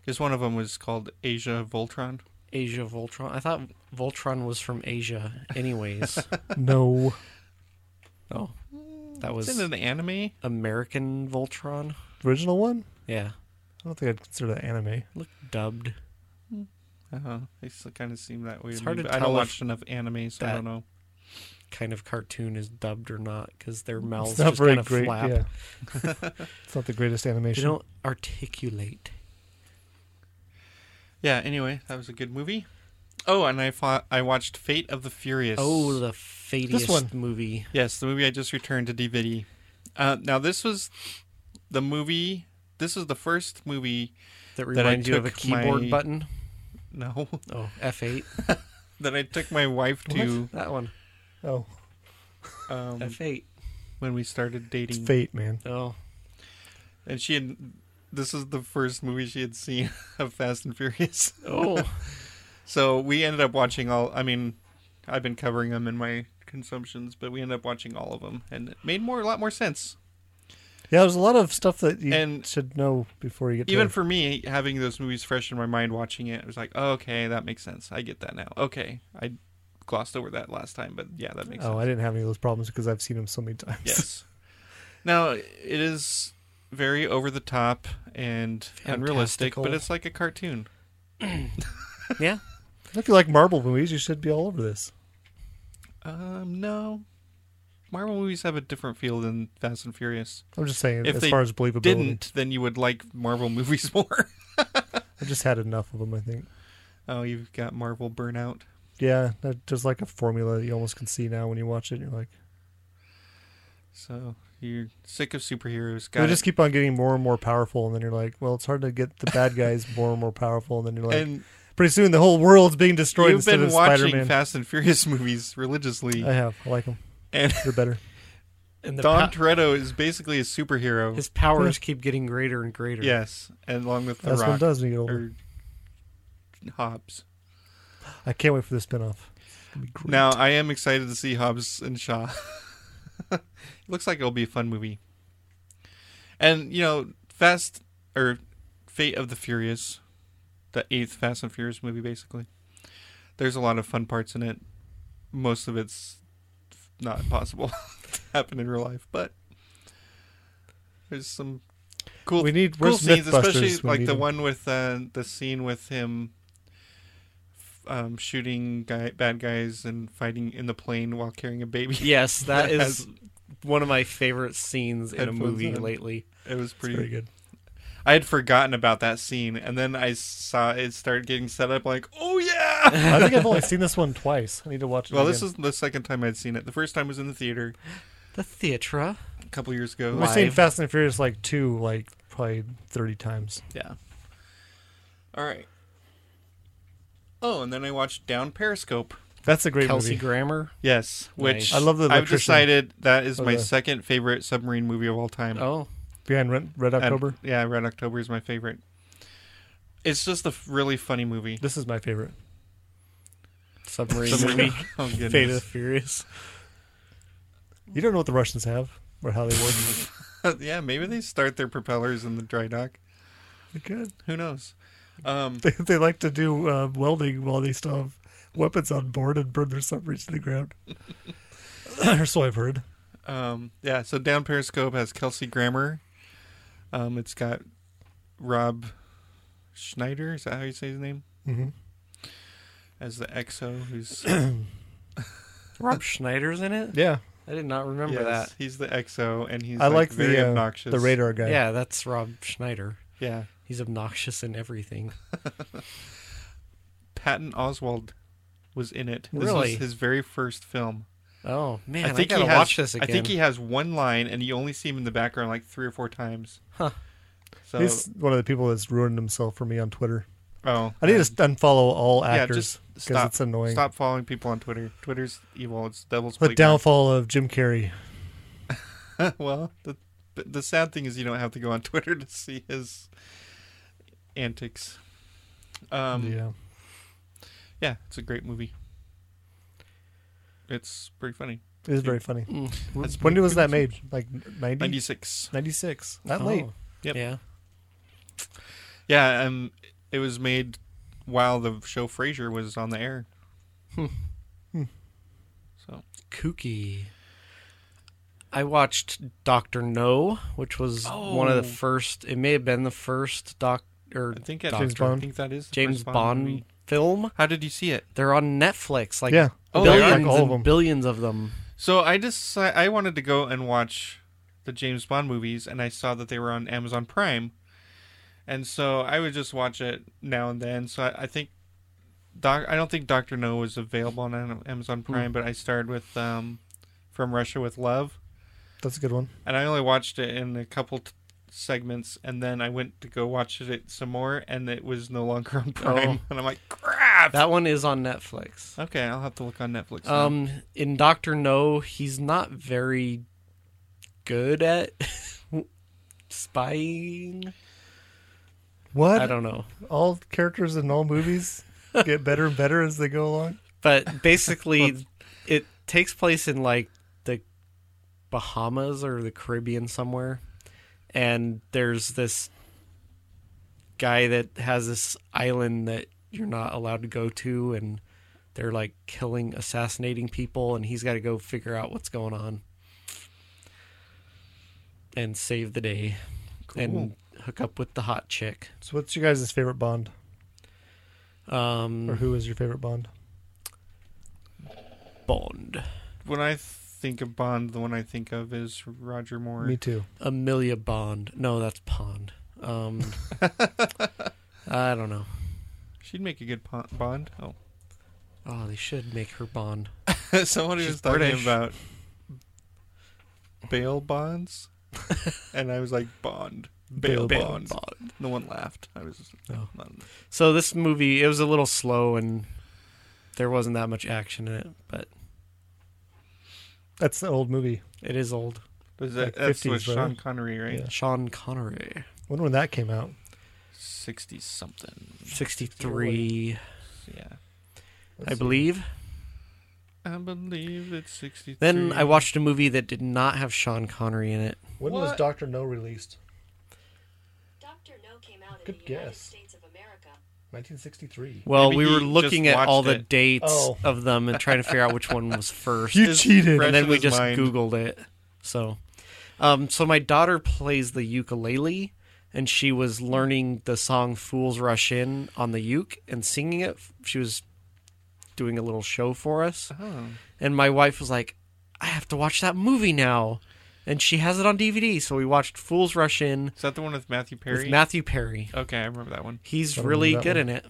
S3: Because one of them was called Asia Voltron.
S4: Asia Voltron. I thought Voltron was from Asia,
S3: <laughs>
S4: anyways.
S1: No.
S4: oh, that
S3: Was
S4: was
S3: it an anime?
S4: American Voltron.
S1: Original one?
S4: Yeah,
S1: I don't think I'd consider that anime.
S4: look dubbed.
S3: Uh-huh. They still kind of seem that way.
S4: It's
S3: to me,
S4: hard to
S3: but I
S4: tell
S3: don't
S4: if
S3: watch enough anime, so I
S4: that-
S3: don't know.
S4: Kind of cartoon is dubbed or not because their mouths
S1: It's not
S4: just
S1: very
S4: kind of
S1: great.
S4: flap.
S1: Yeah.
S3: <laughs>
S1: it's not the greatest
S4: They
S1: animation.
S4: don't articulate.
S3: Yeah. Anyway, that was a good movie. Oh, and I fought, I watched Fate of the Furious.
S4: Oh, the fatiest
S1: one.
S4: movie.
S3: yes, the movie I just returned to DVD. Uh, now this was the movie. This is the first movie. <laughs>
S4: That
S3: I
S4: reminds you of a
S3: took
S4: keyboard
S3: my-
S4: button.
S3: No,
S4: Oh, F8.
S3: that I took my wife to
S4: that one.
S1: oh,
S3: um,
S4: F8.
S3: when we started
S1: it's
S3: dating,
S1: fate, man.
S4: Oh,
S3: and she had. This is the first movie she had seen <laughs> of Fast and Furious.
S4: oh,
S3: <laughs> So we ended up watching all. I mean, I've been covering them in my consumptions, but we ended up watching all of them, and it made more a lot more sense.
S1: Yeah, there's a lot of stuff that you
S3: And-
S1: should know before you get to
S3: Even for me, having those movies fresh in my mind, watching it, it was like, oh, okay, that makes sense. I get that now. Okay, I glossed over that last time, but yeah, that makes
S1: Oh, I
S3: sense.
S1: didn't have any of those problems because I've seen them so many times.
S3: yes. Now it is very over the top and unrealistic, but
S4: Fantastical.
S3: it's like a cartoon.
S4: <laughs> yeah.
S1: if you like Marvel movies, you should be all over this.
S3: Um, no, Marvel movies have a different feel than Fast and Furious.
S1: I'm just saying,
S3: If
S1: as
S3: they
S1: far as believability,
S3: Didn't then you would like Marvel <laughs> movies more.
S1: I've just had enough of them. I think.
S3: Oh, you've got Marvel burnout.
S1: Yeah, that- there's like a formula that you almost can see now when you watch it. You're like,
S3: So you're sick of superheroes.
S1: they
S3: Got
S1: just
S3: it.
S1: keep on getting more and more powerful, and then you're like, well, it's hard to get the
S3: <laughs>
S1: bad guys more and more powerful, and then you're like,
S3: and
S1: pretty soon the whole world's being destroyed
S3: you've
S1: instead
S3: been
S1: of
S3: watching
S1: Spider-Man.
S3: Fast and Furious <laughs> movies religiously,
S1: I have. I like them.
S3: and
S1: They're
S3: <laughs>
S1: better.
S4: And the
S3: Don
S4: pa-
S3: Toretto is basically a superhero.
S4: his powers
S3: Hmm?
S4: keep getting greater and greater.
S3: yes, and along with the
S1: That's what
S3: Rock
S1: it does when you get older.
S3: or Hobbs.
S1: I can't wait for the spinoff. It's gonna be great.
S3: Now I am excited to see Hobbs and Shaw. <laughs> it looks like it'll be a fun movie. And you know, Fast or Fate of the Furious, the eighth Fast and Furious movie, basically. There's a lot of fun parts in it. Most of it's not possible <laughs> to happen in real life, but there's some cool,
S1: We need-
S3: cool
S1: where's
S3: scenes, especially
S1: Mythbusters? We
S3: like
S1: need
S3: the
S1: him.
S3: one with uh, the scene with him um, shooting guy, bad guys and fighting in the plane while carrying a baby. <laughs>
S4: Yes, that
S3: That
S4: is one of my favorite scenes in a
S3: Headphones
S4: movie
S3: in.
S4: lately.
S3: It was pretty,
S1: Very good.
S3: I had forgotten about that scene, and then I saw it start getting set up. Like, oh yeah,
S4: <laughs>
S1: I think I've only seen this one twice. I need to watch it.
S3: Well, this is the second time I'd seen it. The first time was in the theater
S4: The theatre.
S3: a couple years ago.
S1: I've seen Fast and Furious like two, like probably thirty times.
S3: Yeah. All right. Oh, and then I watched Down Periscope.
S1: That's a great
S4: Kelsey
S1: movie.
S4: Grammer.
S3: Yes, which
S1: I love the.
S3: I've
S1: electrician.
S3: decided that is
S1: Or
S3: my
S1: the-
S3: second favorite submarine movie of all time.
S4: Oh,
S1: behind Red, Red
S3: And-
S1: October.
S3: yeah, Red October is my favorite. It's just a f- really funny movie.
S1: This is my favorite.
S4: submarine
S3: Submarine. <laughs>
S4: movie.
S3: oh, goodness.
S1: Fate of the Furious. You don't know what the Russians have or how they work.
S3: <laughs> yeah, maybe they start their propellers in the dry dock.
S1: they could.
S3: Who knows?
S1: <laughs>
S3: Um,
S1: They, they like to do uh, welding while they still have weapons on board and burn their submarines to the
S4: <coughs>
S1: ground. or so I've heard.
S3: um, yeah, so Down Periscope has Kelsey Grammer. Um, it's got Rob Schneider. Is that how you say his name?
S1: hmm
S3: As the EXO, who's
S4: Rob Schneider's in it.
S1: <clears throat> Yeah,
S4: I did not remember
S3: Yes, He's the EXO, and he's
S1: I like
S3: like, very
S1: the uh,
S3: obnoxious.
S1: the radar
S4: that.
S1: guy.
S4: Yeah, that's Rob Schneider.
S3: Yeah,
S4: He's obnoxious in everything.
S3: Patton Oswald was in it. This
S4: Really?
S3: was his very first film.
S4: Oh man, I,
S3: think
S4: gotta
S3: he has,
S4: watch this again.
S3: I think he has one line, and you only see him in the background like three or four times.
S4: Huh.
S3: So
S1: He's one of the people that's ruined himself for me on Twitter.
S3: oh,
S1: I need
S3: um,
S1: to unfollow all
S3: yeah,
S1: actors
S3: just
S1: because
S3: stop.
S1: it's annoying.
S3: Stop following people on Twitter. Twitter's evil. It's devil's
S1: The
S3: playground.
S1: downfall of Jim Carrey.
S3: <laughs> well, the but the sad thing is you don't have to go on <laughs> Twitter to see his antics. Um,
S1: yeah.
S3: yeah, it's a great movie. It's pretty funny.
S1: It is very funny.
S4: Mm.
S3: That's
S1: When
S3: pretty-
S1: was that made? Like 90?
S3: 96.
S1: 96. That
S4: Oh,
S1: late.
S3: Yep.
S4: Yeah.
S3: Yeah, um, it was made while the show Frasier was on the air. so
S4: kooky. I watched Doctor No, which was one of the first. It may have been the first doc or
S3: Oh. I think that
S4: James
S3: James
S1: Bond.
S3: Bond. I think that is the
S4: James
S3: first
S4: Bond
S3: movie.
S4: film.
S3: How did you see it?
S4: They're on Netflix, like
S1: Yeah.
S3: Oh, they are?
S4: billions
S1: Like all
S4: and
S1: of them.
S4: billions of them.
S3: So I just I wanted to go and watch the James Bond movies, and I saw that they were on Amazon Prime, and so I would just watch it now and then. So I, I think Doc I don't think Doctor No was available on Am- Amazon
S4: Hmm.
S3: Prime, but I started with um, From Russia with Love.
S1: That's a good one.
S3: and I only watched it in a couple t- segments, and then I went to go watch it some more, and it was no longer on Prime,
S1: Oh.
S3: <laughs> and I'm like, crap.
S4: That one is on Netflix.
S3: okay, I'll have to look on Netflix. now.
S4: Um, in Doctor No, he's not very good at <laughs> spying.
S1: What?
S4: I don't know.
S1: all characters in all
S4: <laughs>
S1: movies get better and better as they go along. <laughs>
S4: but basically it takes place in like the bahamas or the caribbean somewhere and there's this guy that has this island that you're not allowed to go to and they're like killing assassinating people and he's got to go figure out what's going on and save the day and hook up with the hot chick
S1: So, what's your guys' favorite Bond, or
S4: um
S1: who is your favorite Bond?
S4: bond
S3: when I think of Bond, the one I think of is Roger Moore.
S1: Me too.
S4: Amelia Bond. No, that's Pond.
S3: <laughs>
S4: Um, I don't know.
S3: She'd make a good pon- Bond. Oh, <laughs>
S4: Oh, they should make her Bond.
S3: somebody
S4: She's
S3: was talking
S4: British.
S3: about bail bonds, and I was like, Bond. Bail,
S1: Bail Oh.
S3: bond. No one laughed. I was not-
S4: So this movie, it was a little slow and there wasn't that much action in it, but
S1: That's the old movie.
S4: it is old.
S3: was that,
S1: Like
S3: that's with
S1: 50s, right?
S3: Sean Connery, right?
S1: Yeah.
S4: Sean Connery,
S1: Wonder when that came out.
S3: Sixty something.
S4: sixty-three,
S3: Yeah.
S4: I believe.
S3: I believe it's 63.
S4: Then I watched a movie that did not have Sean Connery in it.
S1: When was Doctor No released?
S7: Dr. No came out in
S1: Good
S7: the United
S1: guess.
S7: States of America.
S1: 1963.
S4: Well,
S3: Maybe
S4: we
S3: he
S4: were
S3: just
S4: looking at all
S3: watched
S4: the
S3: it.
S4: dates
S1: Oh.
S4: of them and trying to figure out which one was first.
S1: You cheated.
S3: Fred-
S4: and then
S3: in
S4: we
S3: his
S4: just
S3: mind.
S4: googled it so um so my daughter plays the ukulele and she was learning the song fools rush in on the uke and singing it she was doing a little show for us
S1: Oh.
S4: and my wife was like i have to watch that movie now and she has it on dvd so we watched fools rush in
S3: Is that the one with Matthew Perry?
S4: with matthew perry
S3: okay, I remember that one.
S4: he's
S1: Oh, Gotta
S4: really
S1: remember that
S4: good
S1: one.
S4: in it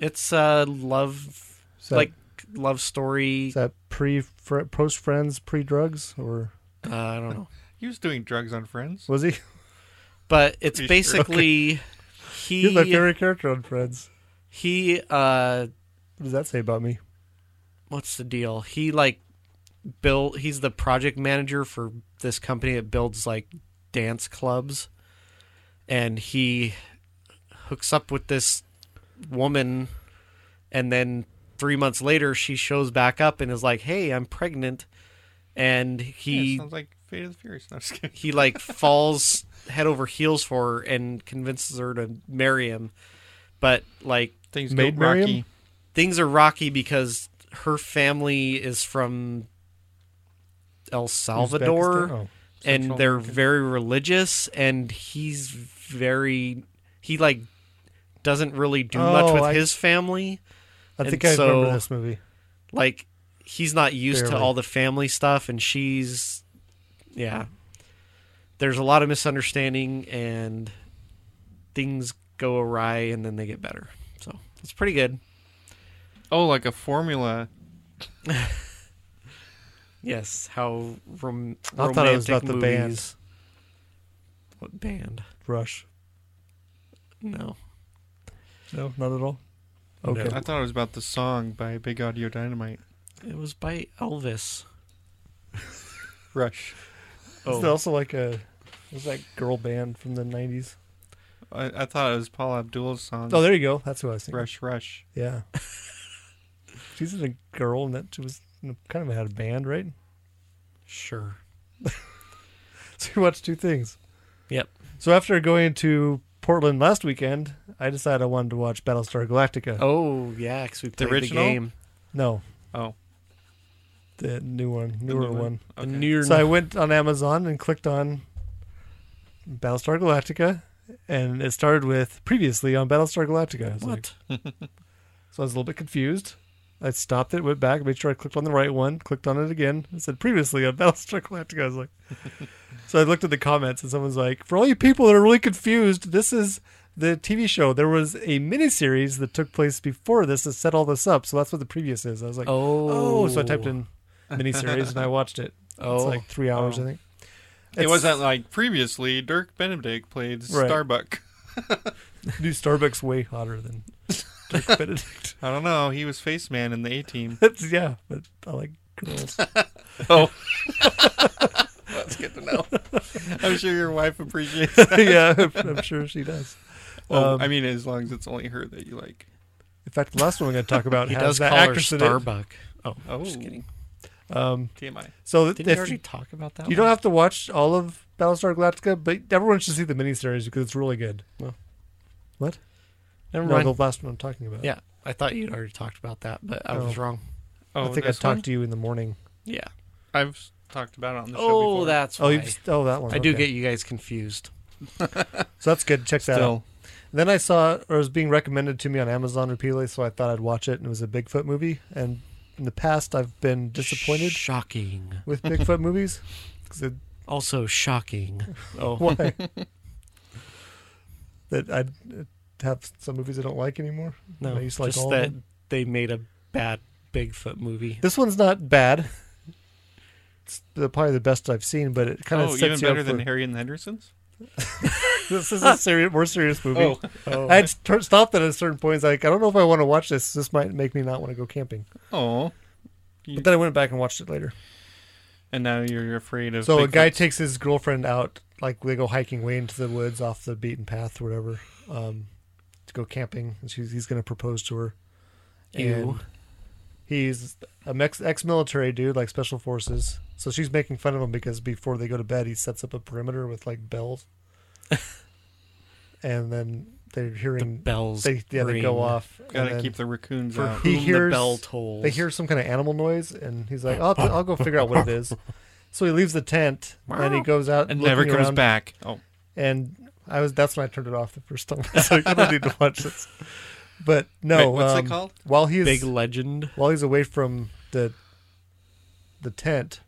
S4: It's uh, love,
S1: So-
S4: like love story.
S1: Is that pre fr- post friends pre drugs or
S4: Uh, I don't know.
S3: He was doing drugs on Friends.
S1: was he? <laughs>
S4: But it's
S3: Pretty sure.
S4: basically he.
S1: He's my favorite character on Friends.
S4: He. Uh,
S1: What does that say about me?
S4: what's the deal? He like built. He's the project manager for this company that builds like dance clubs, and he hooks up with this woman, and then three months later she shows back up and is like, "Hey, I'm pregnant," and he
S3: Yeah, sounds like Fate of the Furious. No, I'm just kidding.
S4: he
S3: <laughs>
S4: like falls head over heels for her and convinces her to marry him. But like
S3: Things
S1: Maid
S3: go
S1: marry him?
S3: rocky.
S4: things are rocky because her family is from El Salvador
S1: Uzbekistan? Oh,
S4: and
S3: Central
S4: they're
S3: America.
S4: very religious and he's very he like doesn't really do much
S1: Oh,
S4: with
S1: I-
S4: his family.
S1: I
S4: And
S1: think I
S4: so-
S1: remember this movie.
S4: Like he's not used to
S1: Barely.
S4: all the family stuff and she's yeah. There's a lot of misunderstanding and things go awry and then they get better. So, it's pretty good.
S3: Oh, like a formula.
S4: Yes, how rom-
S1: I
S4: romantic
S1: thought it was about the band.
S4: movies. What band?
S1: Rush.
S4: No.
S1: No, not at all. Okay.
S3: I thought it was about the song by Big Audio Dynamite.
S4: It was by Elvis.
S3: Rush.
S4: Oh,
S1: Isn't it also like a was that girl band from the nineties?
S3: I, I thought it was Paul Abdul's song.
S4: Um,
S1: Oh, there you go. That's who I was thinking.
S3: Rush, Rush.
S1: Yeah. <laughs> She's a girl, and that she was kind of had a band, right? <laughs>
S4: sure.
S1: So we watched two things.
S4: Yep.
S1: So after going to Portland last weekend, I decided I wanted to watch Battlestar Galactica.
S4: Oh, yeah, because we played the,
S3: original?
S4: game.
S1: No,
S3: Oh,
S1: the new one,
S3: the
S1: newer
S3: new
S1: one.
S4: Mm-hmm. The
S3: Okay.
S4: near-
S1: So I went on Amazon and clicked on Battlestar Galactica, and it started with previously on Battlestar Galactica. I was like-
S4: what?
S1: so I was a little bit confused. I stopped it, went back, made sure I clicked on the right one, clicked on it again. It said previously on Battlestar Galactica. I <laughs> was like, so I looked at the comments, and someone's like, for all you people that are really confused, this is the TV show. There was a miniseries that took place before this to set all this up. So that's what the previous is. I was like,
S4: Oh.
S1: so I typed in miniseries <laughs> and I watched it. It's
S4: Oh.
S1: like three hours, I think.
S3: It
S1: It's-
S3: wasn't like previously. Dirk Benedict played
S1: Right.
S3: Starbuck.
S1: New Oh. Starbucks way hotter than <laughs> Dirk Benedict.
S3: I don't know. He was Face Man in the A Team.
S1: That's, yeah, but I like girls. <laughs>
S3: Oh. That's good to know. I'm sure your wife appreciates that.
S1: yeah, I'm, I'm sure she does.
S3: Well,
S1: Um,
S3: I mean, as long as it's only her that you like.
S1: In fact, the last one we're going to <laughs> talk about
S4: He
S1: has
S4: does
S1: that
S4: call her
S1: actress in it.
S4: Starbuck. Oh,
S3: Oh,
S4: just kidding.
S1: Um,
S3: TMI.
S1: so
S4: Didn't we
S1: if
S4: already
S1: you,
S4: talk about that
S1: you don't have to watch all of Battlestar Galactica, but everyone should see the miniseries because it's really good.
S4: Well.
S1: What?
S4: Never
S1: No,
S4: mind.
S1: the last one I'm talking about.
S4: Yeah, I thought you'd already talked about that, but I was
S1: Oh.
S4: wrong.
S3: Oh,
S1: I think I
S3: this
S1: talked
S3: one?
S1: to you in the morning.
S4: Yeah.
S3: I've s- talked about it on the show
S4: Oh,
S3: before.
S4: that's
S1: Oh,
S4: why.
S1: you've, oh, that one.
S4: I do
S1: okay.
S4: get you guys confused.
S1: So that's good. Check that out.
S3: Still,
S1: Then I saw, or it was being recommended to me on Amazon repeatedly, so I thought I'd watch it, and it was a Bigfoot movie. And in the past, I've been disappointed
S4: Shocking.
S1: with Bigfoot movies. 'Cause it-
S4: Also shocking. Oh.
S1: why? that I have some movies I don't like anymore.
S4: No,
S1: I used to like
S4: just
S1: all of
S4: that
S1: them.
S4: they made a bad Bigfoot movie.
S1: This one's not bad. It's the- probably the best I've seen, but it kind of
S3: oh, even
S1: sets you up
S3: better than
S1: for-
S3: Harry and the Hendersons.
S1: <laughs> This is a serious, more serious movie. <laughs>
S3: Oh.
S1: I had st- stopped it at a certain point. It's Like I don't know if I want to watch this. This might make me not want to go camping.
S3: Oh,
S1: But then I went back and watched it later.
S3: and now you're afraid of.
S1: So a guy
S3: Bigfoots.
S1: takes his girlfriend out, like they go hiking way into the woods off the beaten path or whatever, um, to go camping, and she's, he's going to propose to her.
S4: Ew.
S1: And he's a ex ex-military dude, like special forces. So she's making fun of him because before they go to bed, he sets up a perimeter with like bells, and then they're hearing
S4: bells
S1: They, yeah, they go
S4: ring.
S1: off. and
S3: gotta
S1: then-
S3: keep the raccoons
S4: For
S3: out.
S4: whom the bell tolls.
S1: They hear some kind of animal noise, and he's like, "I'll, I'll go figure out what <laughs> it is." So he leaves the tent and he goes out
S3: and never
S1: looking
S3: comes
S1: around,
S3: back. Oh,
S1: And I was that's when I turned it off the first time. I was like, I don't need to watch this. But no,
S3: Wait, what's it
S1: um, <laughs>
S3: called?
S1: While he's
S4: Big legend.
S1: while he's away from the the tent,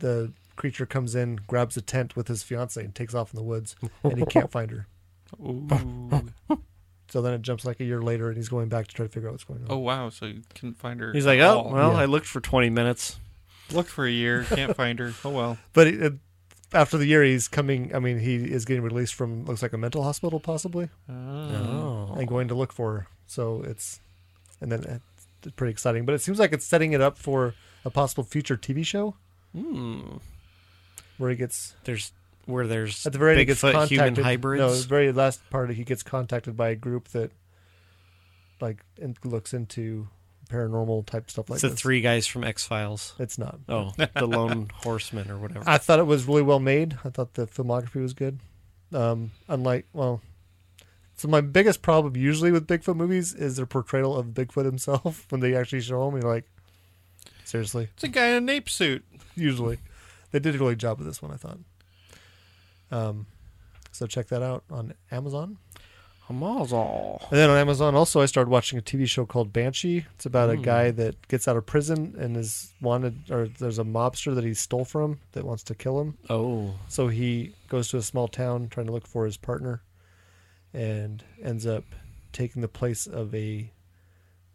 S1: the creature comes in, grabs the tent with his fiance, and takes off in the woods, and he can't find her.
S3: Ooh.
S1: So then it jumps like a year later, and he's going back to try to figure out what's going on.
S3: Oh wow! So you couldn't find her.
S4: <laughs> He's like,
S3: at
S4: oh,
S3: all.
S4: well, I looked for 20 minutes.
S3: Looked for a year, can't find her.
S1: <laughs>
S3: Oh well.
S1: But it, it- after the year, he's coming. I mean, he is getting released from looks like a mental hospital, possibly.
S4: Oh.
S1: And going to look for her. So it's, and then it's pretty exciting. But it seems like it's setting it up for a possible future TV show.
S4: Hmm.
S1: Where he gets
S4: there's where there's
S1: at the very end he gets
S4: Bigfoot human
S1: contacted.
S4: hybrids.
S1: No, the very last part he gets contacted by a group that, like, in, looks into paranormal type stuff like
S4: it's the
S1: this.
S4: three guys from X Files.
S1: It's not.
S4: Oh, the Lone <laughs> Horseman or whatever.
S1: I thought it was really well made. I thought the filmography was good. Um, unlike, well, so my biggest problem usually with Bigfoot movies is their portrayal of Bigfoot himself <laughs> when they actually show him. You're like, seriously?
S3: It's a guy in a nape suit.
S1: Usually, they did a really good job with this one. I thought. Um, so check that out on Amazon.
S4: Amazon.
S1: And then on Amazon, also, I started watching a TV show called Banshee. It's about a
S4: Hmm.
S1: guy that gets out of prison and is wanted, or there's a mobster that he stole from that wants to kill him.
S4: Oh.
S1: So he goes to a small town trying to look for his partner and ends up taking the place of a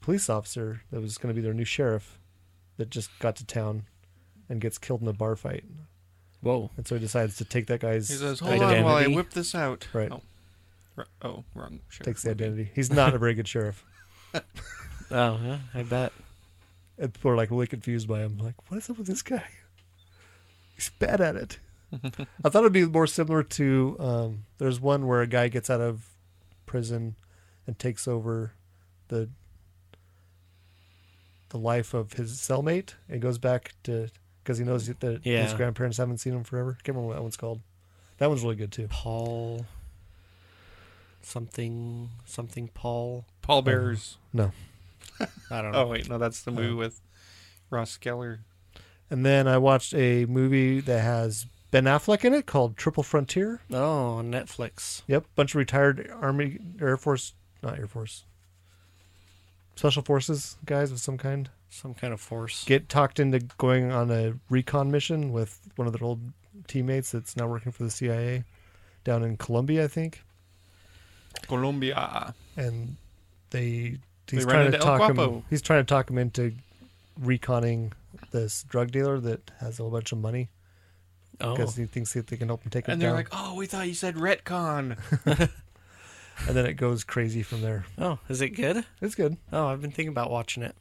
S1: police officer that was going to be their new sheriff that just got to town and gets killed in a bar fight.
S4: Whoa.
S1: And so he decides to take that guy's
S3: He says, "Hold on while I whip this out."
S1: Right.
S3: Oh, R- oh wrong. Sure.
S1: takes the identity. He's not a very good sheriff.
S4: Oh, yeah, I bet.
S1: And people are like really confused by him. Like, what is up with this guy? <laughs> He's bad at it. I thought it'd be more similar to um, there's one where a guy gets out of prison and takes over the the life of his cellmate and goes back to because he knows that his
S4: Yeah.
S1: grandparents haven't seen him forever. Can't remember what that one's called. That one's really good too.
S4: Paul. Something. Something. Paul.
S3: Paul Bearers.
S1: No.
S4: I don't know.
S3: Oh wait, no, that's the movie with Ross Geller.
S1: And then I watched a movie that has Ben Affleck in it called Triple Frontier.
S4: Oh, on Netflix.
S1: Yep, bunch of retired Army, Air Force, not Air Force, Special Forces guys of some kind
S4: Some kind of force.
S1: get talked into going on a recon mission with one of their old teammates that's now working for the CIA down in Colombia, I think.
S3: Colombia.
S1: And they
S3: uh, They
S1: he's
S3: run
S1: trying
S3: into
S1: to
S3: El
S1: talk him.
S3: Guapo.
S1: He's trying to talk him into reconning this drug dealer that has a whole bunch of money.
S4: Oh.
S1: Because he thinks that they can help him take him
S3: And
S1: down.
S3: they're like, "Oh, we thought you said retcon."
S1: and then it goes crazy from there.
S4: Oh, is it good?
S1: It's good.
S4: Oh, I've been thinking about watching it.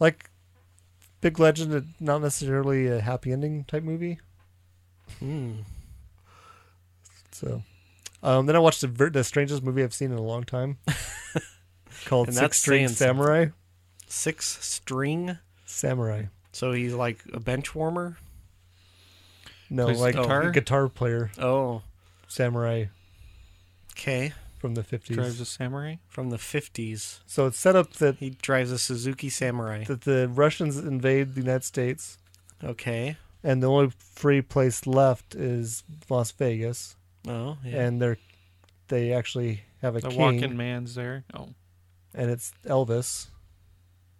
S1: like Big Legend, uh, not necessarily a happy ending type movie.
S4: Hmm.
S1: So, um, then I watched the, ver- the strangest movie I've seen in a long
S4: <laughs>
S1: time, called
S4: And
S1: Six
S4: that's
S1: String
S4: saying something.
S1: Samurai.
S4: Six string.
S1: Samurai.
S4: So he's like a bench warmer.
S1: No,
S3: Plays
S1: like
S3: guitar?
S1: a guitar player,
S4: Oh,
S1: samurai
S4: okay.
S1: from the
S3: Drives
S1: fifties.
S3: a samurai.
S4: From the fifties.
S1: So it's set up that
S4: He drives a Suzuki Samurai.
S1: that the Russians invade the United States,
S4: Okay.
S1: and the only free place left is Las Vegas,
S4: Oh, yeah.
S1: and they're they actually have a
S3: The
S1: king.
S3: walking man's there. Oh,
S1: and it's Elvis.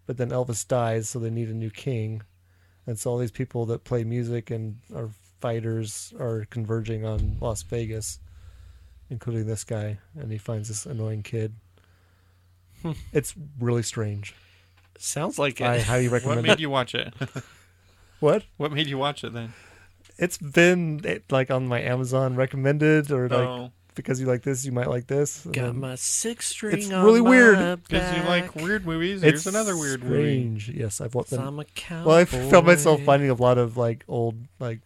S1: But then Elvis dies, so they need a new king. And so all these people that play music and are fighters are converging on Las Vegas, including this guy. And he finds this annoying kid.
S3: Hmm.
S1: it's really strange.
S4: Sounds like it. <laughs>
S1: I highly
S3: <laughs> what
S1: recommend
S3: made
S1: it.
S3: you watch <laughs> it?
S1: What?
S3: What made you watch it then?
S1: It's been eh, like on my Amazon recommended or like
S3: Oh.
S1: because you like this, you might like this. and
S4: Got
S1: then-
S4: my six string.
S1: It's
S4: on
S1: really
S4: my
S1: weird.
S3: Because you like
S4: back.
S3: weird movies.
S1: it's
S3: Here's another weird movie.
S1: strange. Yes, I've watched
S4: I'm a cowboy.
S1: Well, I found myself finding a lot of like old like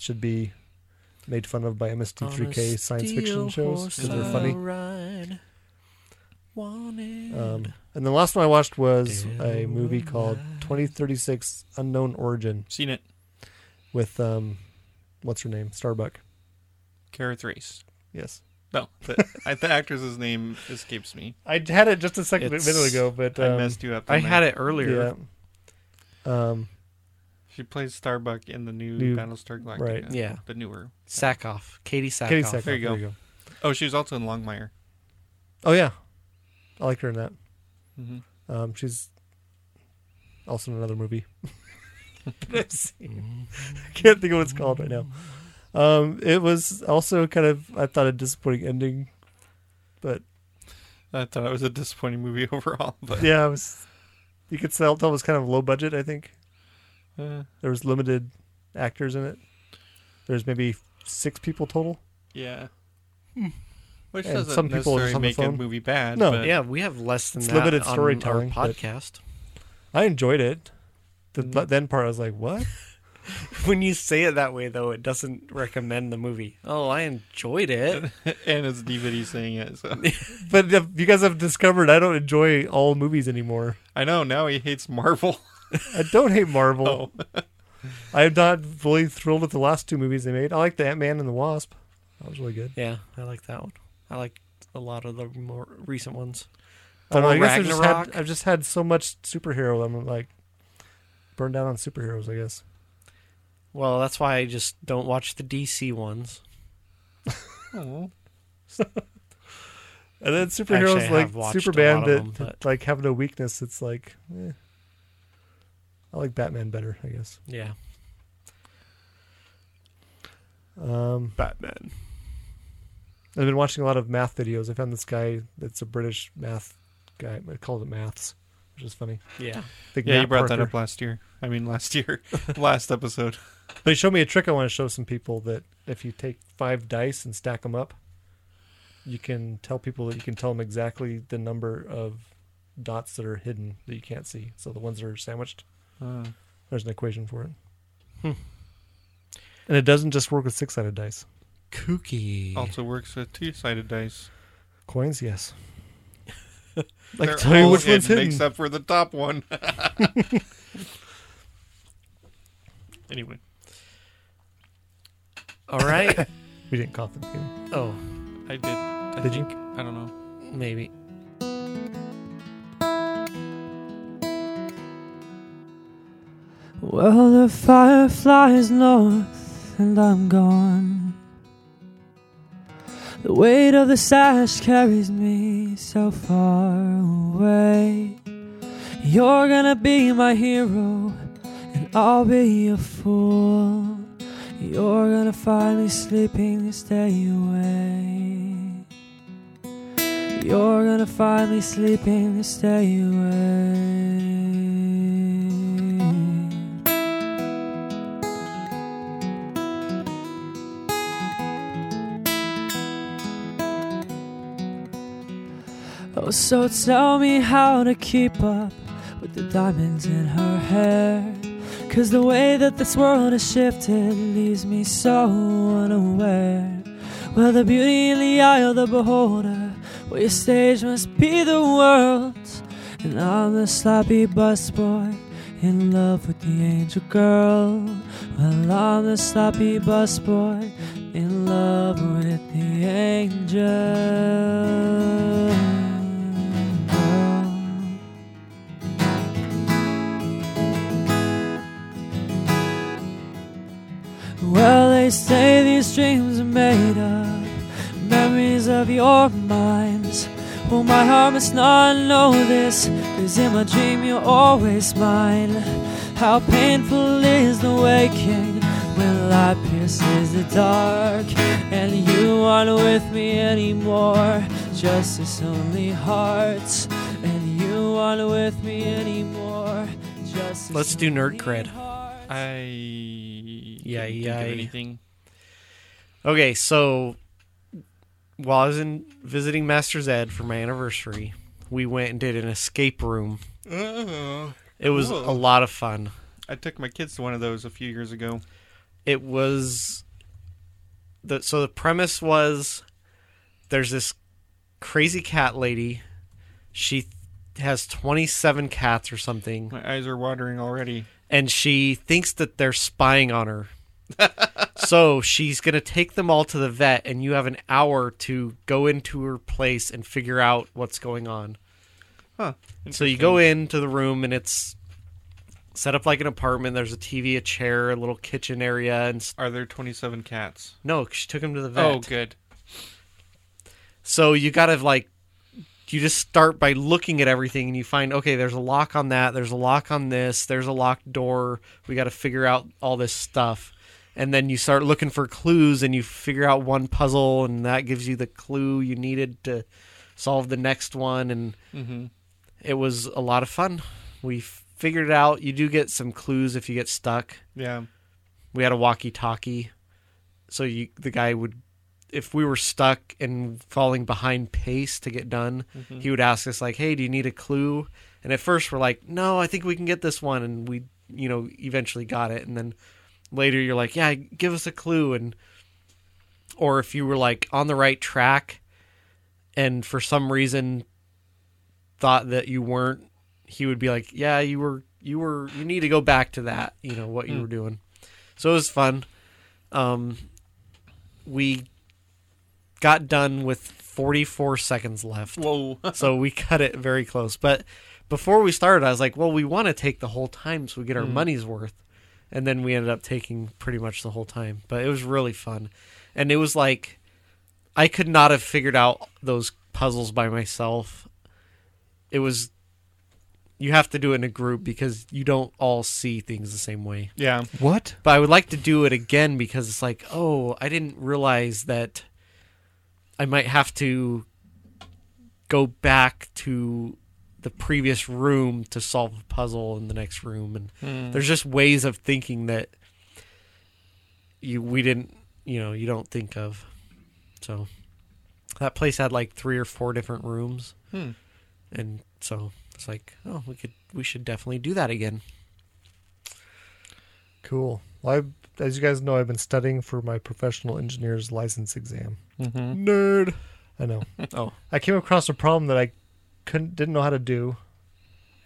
S1: should be made fun of by
S4: on a
S1: MST3K science
S4: steel
S1: fiction shows
S4: horse
S1: because they're
S4: I'll
S1: funny.
S4: ride. Wanted.
S1: Um, and the last one I watched was a movie called 2036 Unknown Origin
S3: Seen it.
S1: with um, what's her name Starbuck.
S3: Carrot Race.
S1: Yes,
S3: No, the,
S1: <laughs>
S3: I- the actress's name escapes me.
S1: I had it just a second
S4: It's-
S1: minute ago, but um,
S3: I messed you up.
S4: I
S3: didn't
S4: had it earlier.
S1: Yeah. Um,
S3: She plays Starbuck in the new,
S1: New-
S3: Battlestar Galactica.
S1: right.
S4: Yeah.
S3: The newer.
S4: Sackoff. Katie Sackoff.
S1: Katie Sackhoff,
S3: There you go.
S1: There you go.
S3: Oh, she was also in Longmire.
S1: Oh yeah, I like her in that.
S3: Mhm.
S1: Um, she's also in another movie. that
S4: <laughs>
S1: I've seen.
S4: Mm-hmm.
S1: I can't think of what it's called right now. Um, it was also kind of I thought a disappointing ending, but
S3: I thought it was a disappointing movie <laughs> overall, but
S1: yeah, it was. You could tell that was kind of low budget. I think
S3: Uh.
S1: there was limited actors in it. There's maybe six people total.
S3: yeah. Which
S1: Hmm. And
S3: doesn't
S1: some people are
S3: necessarily
S1: just on the
S3: make a
S1: phone.
S3: movie bad.
S1: No.
S3: but
S4: yeah, we have less than
S1: It's
S4: that
S1: limited
S4: on our
S1: storytelling, but-
S4: podcast. <laughs>
S1: I enjoyed it. The
S4: Mm-hmm.
S1: but then part, I was like, what?
S4: When you say it that way, though, it doesn't recommend the movie. Oh, I enjoyed <laughs> it.
S3: and it's DVD saying
S1: <laughs>
S3: it. So
S1: but if you guys have discovered I don't enjoy all movies anymore.
S3: I know now he
S1: <laughs>
S3: hates Marvel.
S1: I don't hate Marvel.
S4: Oh.
S1: <laughs> I'm not fully thrilled with the last two movies they made. I like the Ant Man and the Wasp. That was really good.
S4: Yeah, I like that one. I like a lot of the more recent ones.
S1: I, don't know, I
S4: Thor
S1: guess I've just, had,
S4: Ragnarok.
S1: I've just had so much superhero. I'm like burned down on superheroes. I guess.
S4: Well, that's why I just don't watch the DC ones.
S1: And
S3: Oh.
S1: then
S4: Actually, I
S1: superheroes
S4: have
S1: like
S4: watched a
S1: Superman
S4: lot of them,
S1: that that, like have no weakness. It's like eh. I like Batman better. I guess.
S4: Yeah.
S1: Um,
S4: Batman.
S1: I've been watching a lot of math videos. I found this guy that's a British math guy. I called it maths, which is funny.
S4: Yeah.
S1: I think
S3: yeah, you
S1: Matt
S3: brought that
S1: Parker-
S3: up last year. I mean,
S1: <laughs>
S3: last year, last episode.
S1: But he showed me a trick I want to show some people that if you take five dice and stack them up, you can tell people that you can tell them exactly the number of dots that are hidden that you can't see. So the ones that are sandwiched,
S3: Ah.
S1: there's an equation for it. And it doesn't just work with six sided dice.
S4: Kooky.
S3: Also works with two-sided dice.
S1: Coins, yes. I
S3: They're
S1: can tell you
S3: all
S1: which one's hidden.
S3: except for the top one. <laughs> anyway,
S4: All right. <laughs>
S1: we didn't cough at the beginning.
S4: oh,
S3: I did. I
S1: Did you?
S3: think. I don't know.
S4: maybe.
S8: Well, the firefly is north, and I'm gone. The weight of the sash carries me so far away. You're gonna be my hero, and I'll be a fool. You're gonna find me sleeping this day away. You're gonna find me sleeping this day away. Oh, so tell me how to keep up with the diamonds in her hair. Cause the way that this world has shifted leaves me so unaware. Well, the beauty in the eye of the beholder, well, your stage must be the world. And I'm the sloppy busboy in love with the angel girl. Well, I'm the sloppy busboy in love with the angel. girl. Well, they say these dreams are made of memories of your minds. Well, my heart must not know this, cause in my dream you're always mine. How painful is the waking when light pierces the dark, and you aren't with me anymore. Justice only hearts, and you aren't with me anymore. Justice
S4: Let's do nerd cred.
S3: I yeah
S4: Yay,
S3: yeah
S4: yay.
S3: anything.
S4: Okay, so while I was in visiting Master's Ed for my anniversary, we went and did an escape room.
S3: Oh,
S4: It was
S3: cool.
S4: a lot of fun.
S3: I took my kids to one of those a few years ago.
S4: It was the so the premise was there's this crazy cat lady. She th- has 27 cats or something.
S3: My eyes are watering already.
S4: and she thinks that they're spying on her. <laughs> so she's going to take them all to the vet, and you have an hour to go into her place and figure out what's going on.
S3: Huh.
S4: So you go into the room, and it's set up like an apartment. There's a TV, a chair, a little kitchen area, and s-
S3: Are there 27 cats?
S4: no, she took him to the vet.
S3: Oh, good.
S4: So you gotta like you just start by looking at everything and you find okay, there's a lock on that, there's a lock on this, there's a locked door, we gotta figure out all this stuff. And then you start looking for clues and you figure out one puzzle and that gives you the clue you needed to solve the next one, and
S3: Mhm.
S4: it was a lot of fun. We f- figured it out. You do get some clues if you get stuck.
S3: Yeah.
S4: We had a walkie-talkie, so you the guy would, if we were stuck and falling behind pace to get done,
S3: Mhm.
S4: he would ask us like, "Hey, do you need a clue?" And at first we're like, "No, I think we can get this one," and we, you know, eventually got it. And then later you're like, "Yeah, give us a clue," and or if you were like on the right track and for some reason thought that you weren't he would be like yeah you were you were you need to go back to that you know what you
S3: Hmm.
S4: were doing so it was fun um we got done with 44 seconds left
S3: whoa <laughs>
S4: so we cut it very close but before we started i was like well we want to take the whole time so we get our
S3: Hmm.
S4: money's worth and then we ended up taking pretty much the whole time but it was really fun and it was like i could not have figured out those puzzles by myself it was you have to do it in a group because you don't all see things the same way
S3: Yeah.
S1: What?
S4: but i would like to do it again because it's like oh i didn't realize that i might have to go back to the previous room to solve a puzzle in the next room and
S3: Hmm.
S4: there's just ways of thinking that you we didn't you know you don't think of so that place had like three or four different rooms
S3: Hmm.
S4: and so it's like oh we could we should definitely do that again
S1: Cool. Well, I've, as you guys know, I've been studying for my professional engineer's license exam.
S3: Mhm.
S4: Nerd.
S1: I know.
S4: Mm-hmm. <laughs> Oh.
S1: I came across a problem that I couldn't didn't know how to do,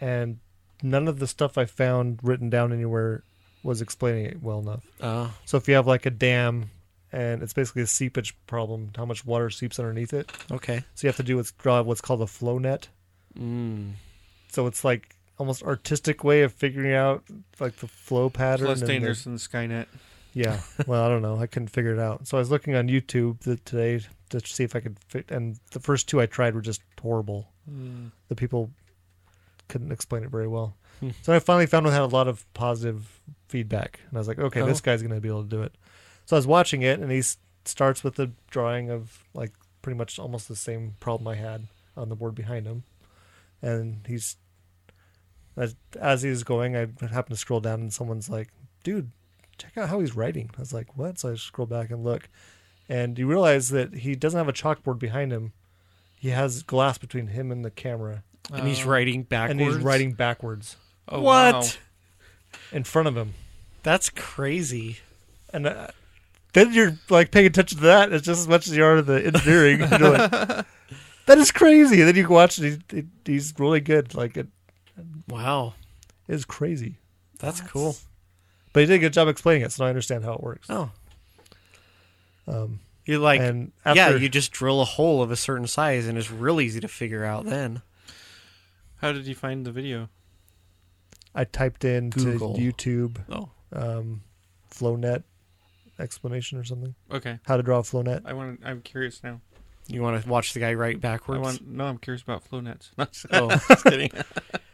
S1: and none of the stuff I found written down anywhere was explaining it well enough.
S4: Oh.
S1: So if you have like a dam, and it's basically a seepage problem, how much water seeps underneath it.
S4: Okay.
S1: So you have to do what's draw what's called a flow net.
S4: Mm.
S1: So it's like almost artistic way of figuring out like the flow pattern.
S3: Plus
S1: and the-
S3: dangerous than Skynet.
S1: yeah. Well, I don't know. I couldn't figure it out. So I was looking on YouTube th- today to see if I could fit. And the first two I tried were just horrible.
S3: Hmm.
S1: The people couldn't explain it very well.
S4: Hmm.
S1: So I finally found one that had a lot of positive feedback, and I was like, okay,
S4: Oh.
S1: this guy's going to be able to do it. So I was watching it, and he s- starts with a drawing of like pretty much almost the same problem I had on the board behind him, and he's as as he's going, I happen to scroll down, and someone's like, dude, check out how he's writing. I was like, what? So I scroll back and look, and you realize that he doesn't have a chalkboard behind him. He has glass between him and the camera,
S4: And he's Oh. writing
S1: And he's
S4: backwards?
S1: writing backwards.
S3: Oh,
S4: what
S3: wow.
S1: In front of him.
S4: that's crazy
S1: and uh, then you're like paying attention to that as just as much as you are to the engineering. <laughs> You're like, that is crazy. And then you watch it. He, he- he's really good. Like it.
S4: Wow,
S1: it's crazy.
S4: That's cool.
S1: But he did a good job explaining it, so now I understand how it works.
S4: Oh.
S1: Um,
S4: you're like
S1: and
S4: yeah
S1: after-
S4: you just drill a hole of a certain size and it's real easy to figure out then
S3: How did you find the video?
S1: I typed in
S4: Google.
S1: to YouTube.
S4: Oh.
S1: Um, FlowNet explanation or something.
S3: Okay.
S1: How to draw a FlowNet.
S3: I want. I'm curious now.
S4: you want to watch the guy write
S3: I
S4: backwards
S3: want. No, I'm curious about flow nets. <laughs>
S4: Oh. <laughs>
S3: Just kidding.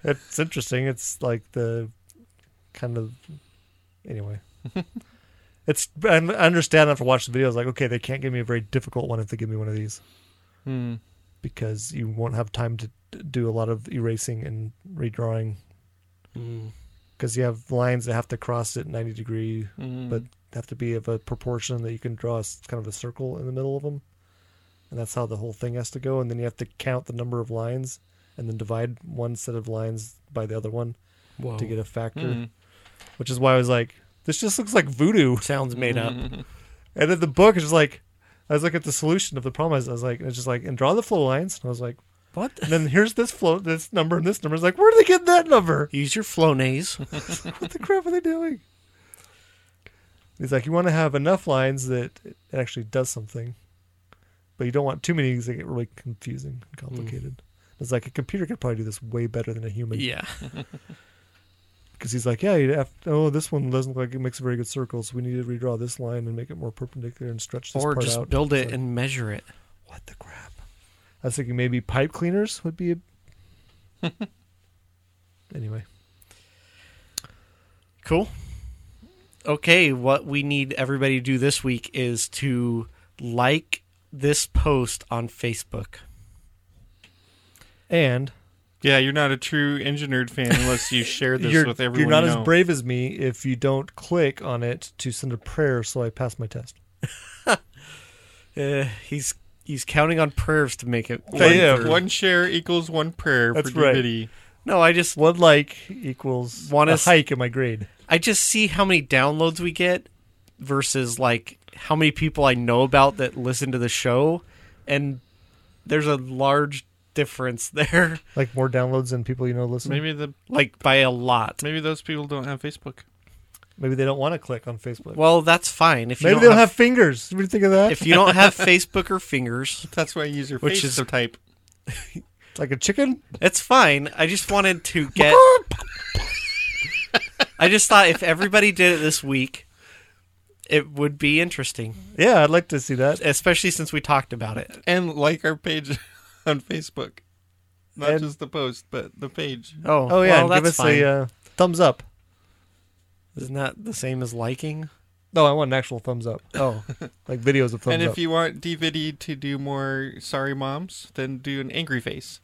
S1: it's interesting. It's like the kind of
S4: <laughs>
S1: anyway. it's I understand after watching the video. I was like, okay, they can't give me a very difficult one if they give me one of these
S3: Hmm.
S1: because you won't have time to d- do a lot of erasing and redrawing
S4: Mm.
S1: because you have lines that have to cross at ninety degree,
S4: Mm-hmm.
S3: Mm.
S1: but have to be of a proportion that you can draw s- kind of a circle in the middle of them, and that's how the whole thing has to go. And then you have to count the number of lines and then divide one set of lines by the other one
S4: Whoa.
S1: to get a factor,
S4: Mm.
S1: which is why I was like, this just looks like voodoo. <laughs>
S4: Sounds made up.
S1: and then the book is like, I was looking at the solution of the problem. I was, I was like, it's just like, and draw the flow lines. And I was like,
S4: <laughs> what?
S1: And then here's this flow, this number, and this number. It's like, where did they get that number?
S4: Use your flow nays.
S1: what the crap are they doing? He's like, you want to have enough lines that it actually does something, but you don't want too many because they get really confusing and complicated. It's like a computer could probably do this way better than a human.
S4: <laughs> Mm. Yeah.
S1: Because he's like, yeah, you'd have oh, this one doesn't look like it makes a very good circle, so we need to redraw this line and make it more perpendicular and stretch this
S4: or
S1: part
S4: just
S1: out.
S4: build
S1: It's
S4: it
S1: like-
S4: and measure it
S1: I was thinking maybe pipe cleaners would
S4: <laughs>
S1: be. a... anyway,
S4: Cool. Okay, what we need everybody to do this week is to like this post on Facebook.
S1: And
S3: Yeah, you're not a true engineer fan unless you share this
S1: you're,
S3: with
S1: you're
S3: everyone.
S1: not
S3: you
S1: as
S3: know.
S1: brave as me if you don't click on it to send a prayer so I pass my test.
S4: Uh, he's he's counting on prayers to make it.
S3: One, one share equals one prayer
S4: That's
S3: for
S4: right.
S3: divinity.
S4: No, I just
S1: one like equals
S4: want
S1: a hike in my grade.
S4: I just see how many downloads we get versus like how many people I know about that listen to the show, and there's a large difference <laughs> there.
S1: Like more downloads than people you know listen.
S3: Maybe the
S4: like by a lot.
S3: Maybe those people don't have Facebook.
S1: Maybe they don't want to click on Facebook.
S4: Well, that's fine. If you
S1: maybe
S4: don't
S1: they don't
S4: have-
S1: have, fingers. What do you think of that?
S4: If you don't have <laughs> Facebook or fingers,
S3: that's why you use your
S4: which
S3: face
S4: is
S3: to type.
S1: like a chicken.
S4: It's fine. I just wanted to get. I just thought if everybody did it this week, it would be interesting,
S1: yeah, I'd like to see that.
S4: especially since we talked about it.
S3: And like our page <laughs> on Facebook. Not just the post, but the page.
S4: Oh,
S1: Oh yeah,
S4: well,
S1: and give us
S4: that's fine.
S1: a uh, thumbs up.
S4: Isn't that the same as liking? <laughs>
S1: No, I want an actual thumbs up.
S4: Oh.
S1: <laughs> like videos of thumbs
S3: and
S1: up.
S3: if you want DVD to do more sorry moms, then do an angry face.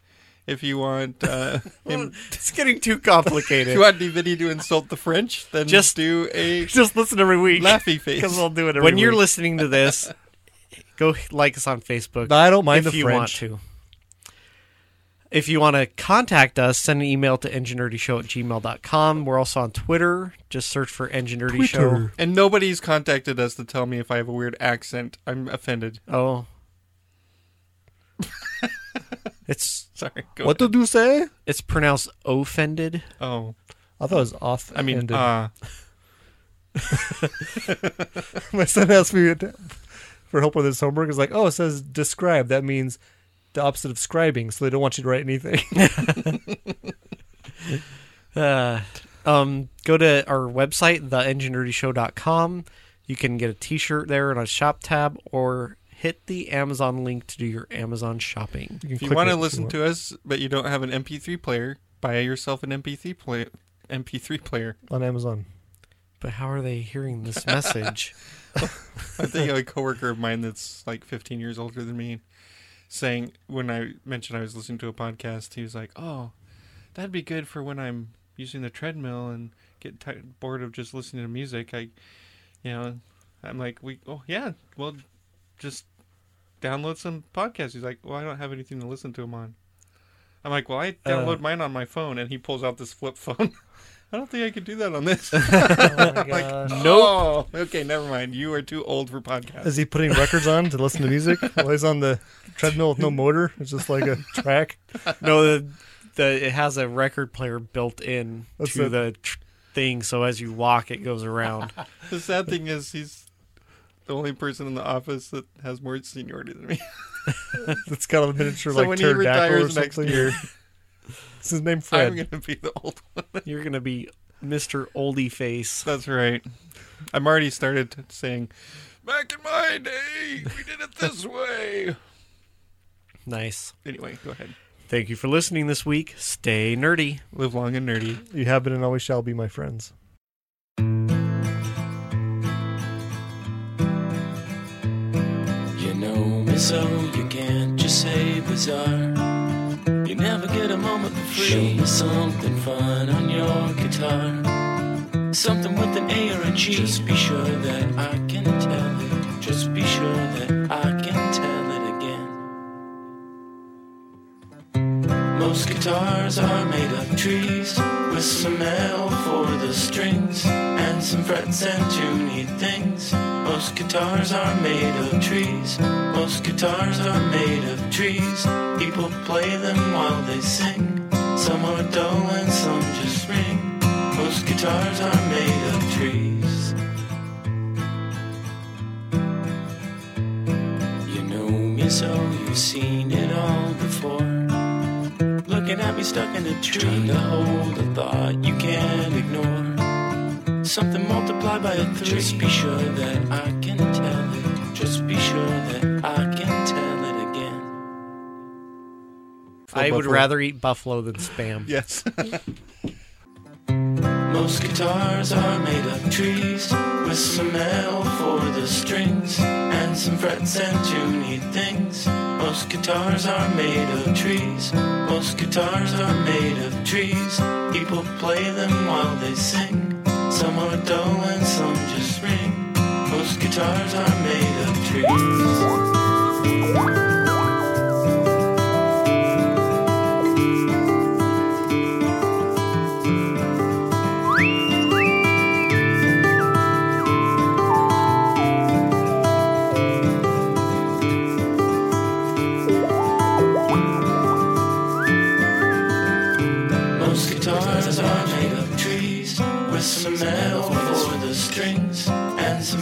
S3: If you
S4: <laughs>
S3: want uh, him,
S4: it's getting too
S1: <laughs>
S4: complicated.
S3: if you want DVD to insult the French, then
S4: Just-
S3: just do
S4: <laughs>
S3: a
S4: just listen every week.
S3: laughy face.
S4: 'Cause I'll do it every When you're week. listening to this, go like us on Facebook.
S1: No, I don't mind
S4: if
S1: the
S4: you
S1: French.
S4: want to. If you want to contact us, send an email to engineerdyshow at gmail.com. We're also on Twitter. Just search for Engineerdy Show.
S3: And nobody's contacted us to tell me if I have a weird accent. I'm offended. <laughs>
S4: <laughs> Oh. It's
S3: sorry. go
S1: What
S3: ahead.
S1: did you say?
S4: It's pronounced offended.
S3: Oh.
S1: I thought it was off.
S3: I mean,
S1: ended.
S3: uh,
S1: <laughs> my son asked me to- for help with his homework. He's like, "Oh, it says describe. That means the opposite of scribing. So they don't want you to write anything." <laughs>
S4: Uh, um, go to our website, theengineerdyshow.com. You can get a t shirt there and a shop tab, or hit the Amazon link to do your Amazon shopping.
S3: if you want to listen to us, but you don't have an MP3 player, buy yourself an MP3 player. MP3 player.
S1: on Amazon.
S4: But how are they hearing <laughs> this message?
S3: <laughs> I think a coworker of mine that's like 15 years older than me, saying when I mentioned I was listening to a podcast, he was like, "Oh, that'd be good for when I'm using the treadmill and get ti bored of just listening to music." I, you know, I'm like, "We, oh yeah, well, just download some podcasts." He's like, "Well, I don't have anything to listen to them on." I'm like, "Well, I download mine on my phone," and he pulls out this flip phone. <laughs> I don't think I could do that on this. <laughs> I'm like,
S1: gosh.
S3: "Oh, okay, never mind. You are too old for podcasts.
S1: Is he putting records on to listen to music while he's on the treadmill with no motor? It's just like a track.
S4: no, the, the it has a record player built in
S1: That's
S4: to
S1: it.
S4: the tr- thing, so as you walk, it goes around. <laughs>
S3: The sad thing is, he's the only person in the office that has more seniority than me.
S1: It's got a miniature
S3: So
S1: like
S3: <laughs> when he
S1: pterodactyl or
S3: retires next
S1: something. <laughs>
S3: year,
S1: it's his name Fred.
S3: I'm gonna be the old
S1: <laughs>
S3: one.
S4: You're going to be Mr. Oldie Face.
S3: That's right. I'm already started t- saying, "Back in my day, we did it this way."
S4: Nice.
S3: Anyway, go ahead.
S4: Thank you for listening this week. Stay nerdy.
S3: Live long and nerdy.
S1: You have been and always shall be my friends.
S2: You know me so you can't just say bizarre. You never get a moment for free. Show me something fun on your guitar. Something with an A or a G. Just be sure that I can tell it. Just be sure that I can tell it again. Most guitars are made of trees with some L for the strings and some frets and two neat things. Most guitars are made of trees. Most guitars are made of trees. People play them while they sing. Some are dull and some just ring. Most guitars are made of trees. You know me so you've seen it all before. Looking at me stuck in a tree. Trying to hold a thought you can't ignore. Something multiplied by a three. Just be sure that I can tell it. Just be sure that I can tell it again.
S4: I would
S2: Buffalo.
S4: rather eat buffalo than spam.
S3: Yes.
S2: Most guitars are made of trees with some L for the strings and some frets and tuney things. Most Most guitars are made of trees. Most guitars are made of trees. People play them while they sing. Some are dull and some just ring. Most guitars are made of trees. Most guitars are made of trees with some metal for the strings and some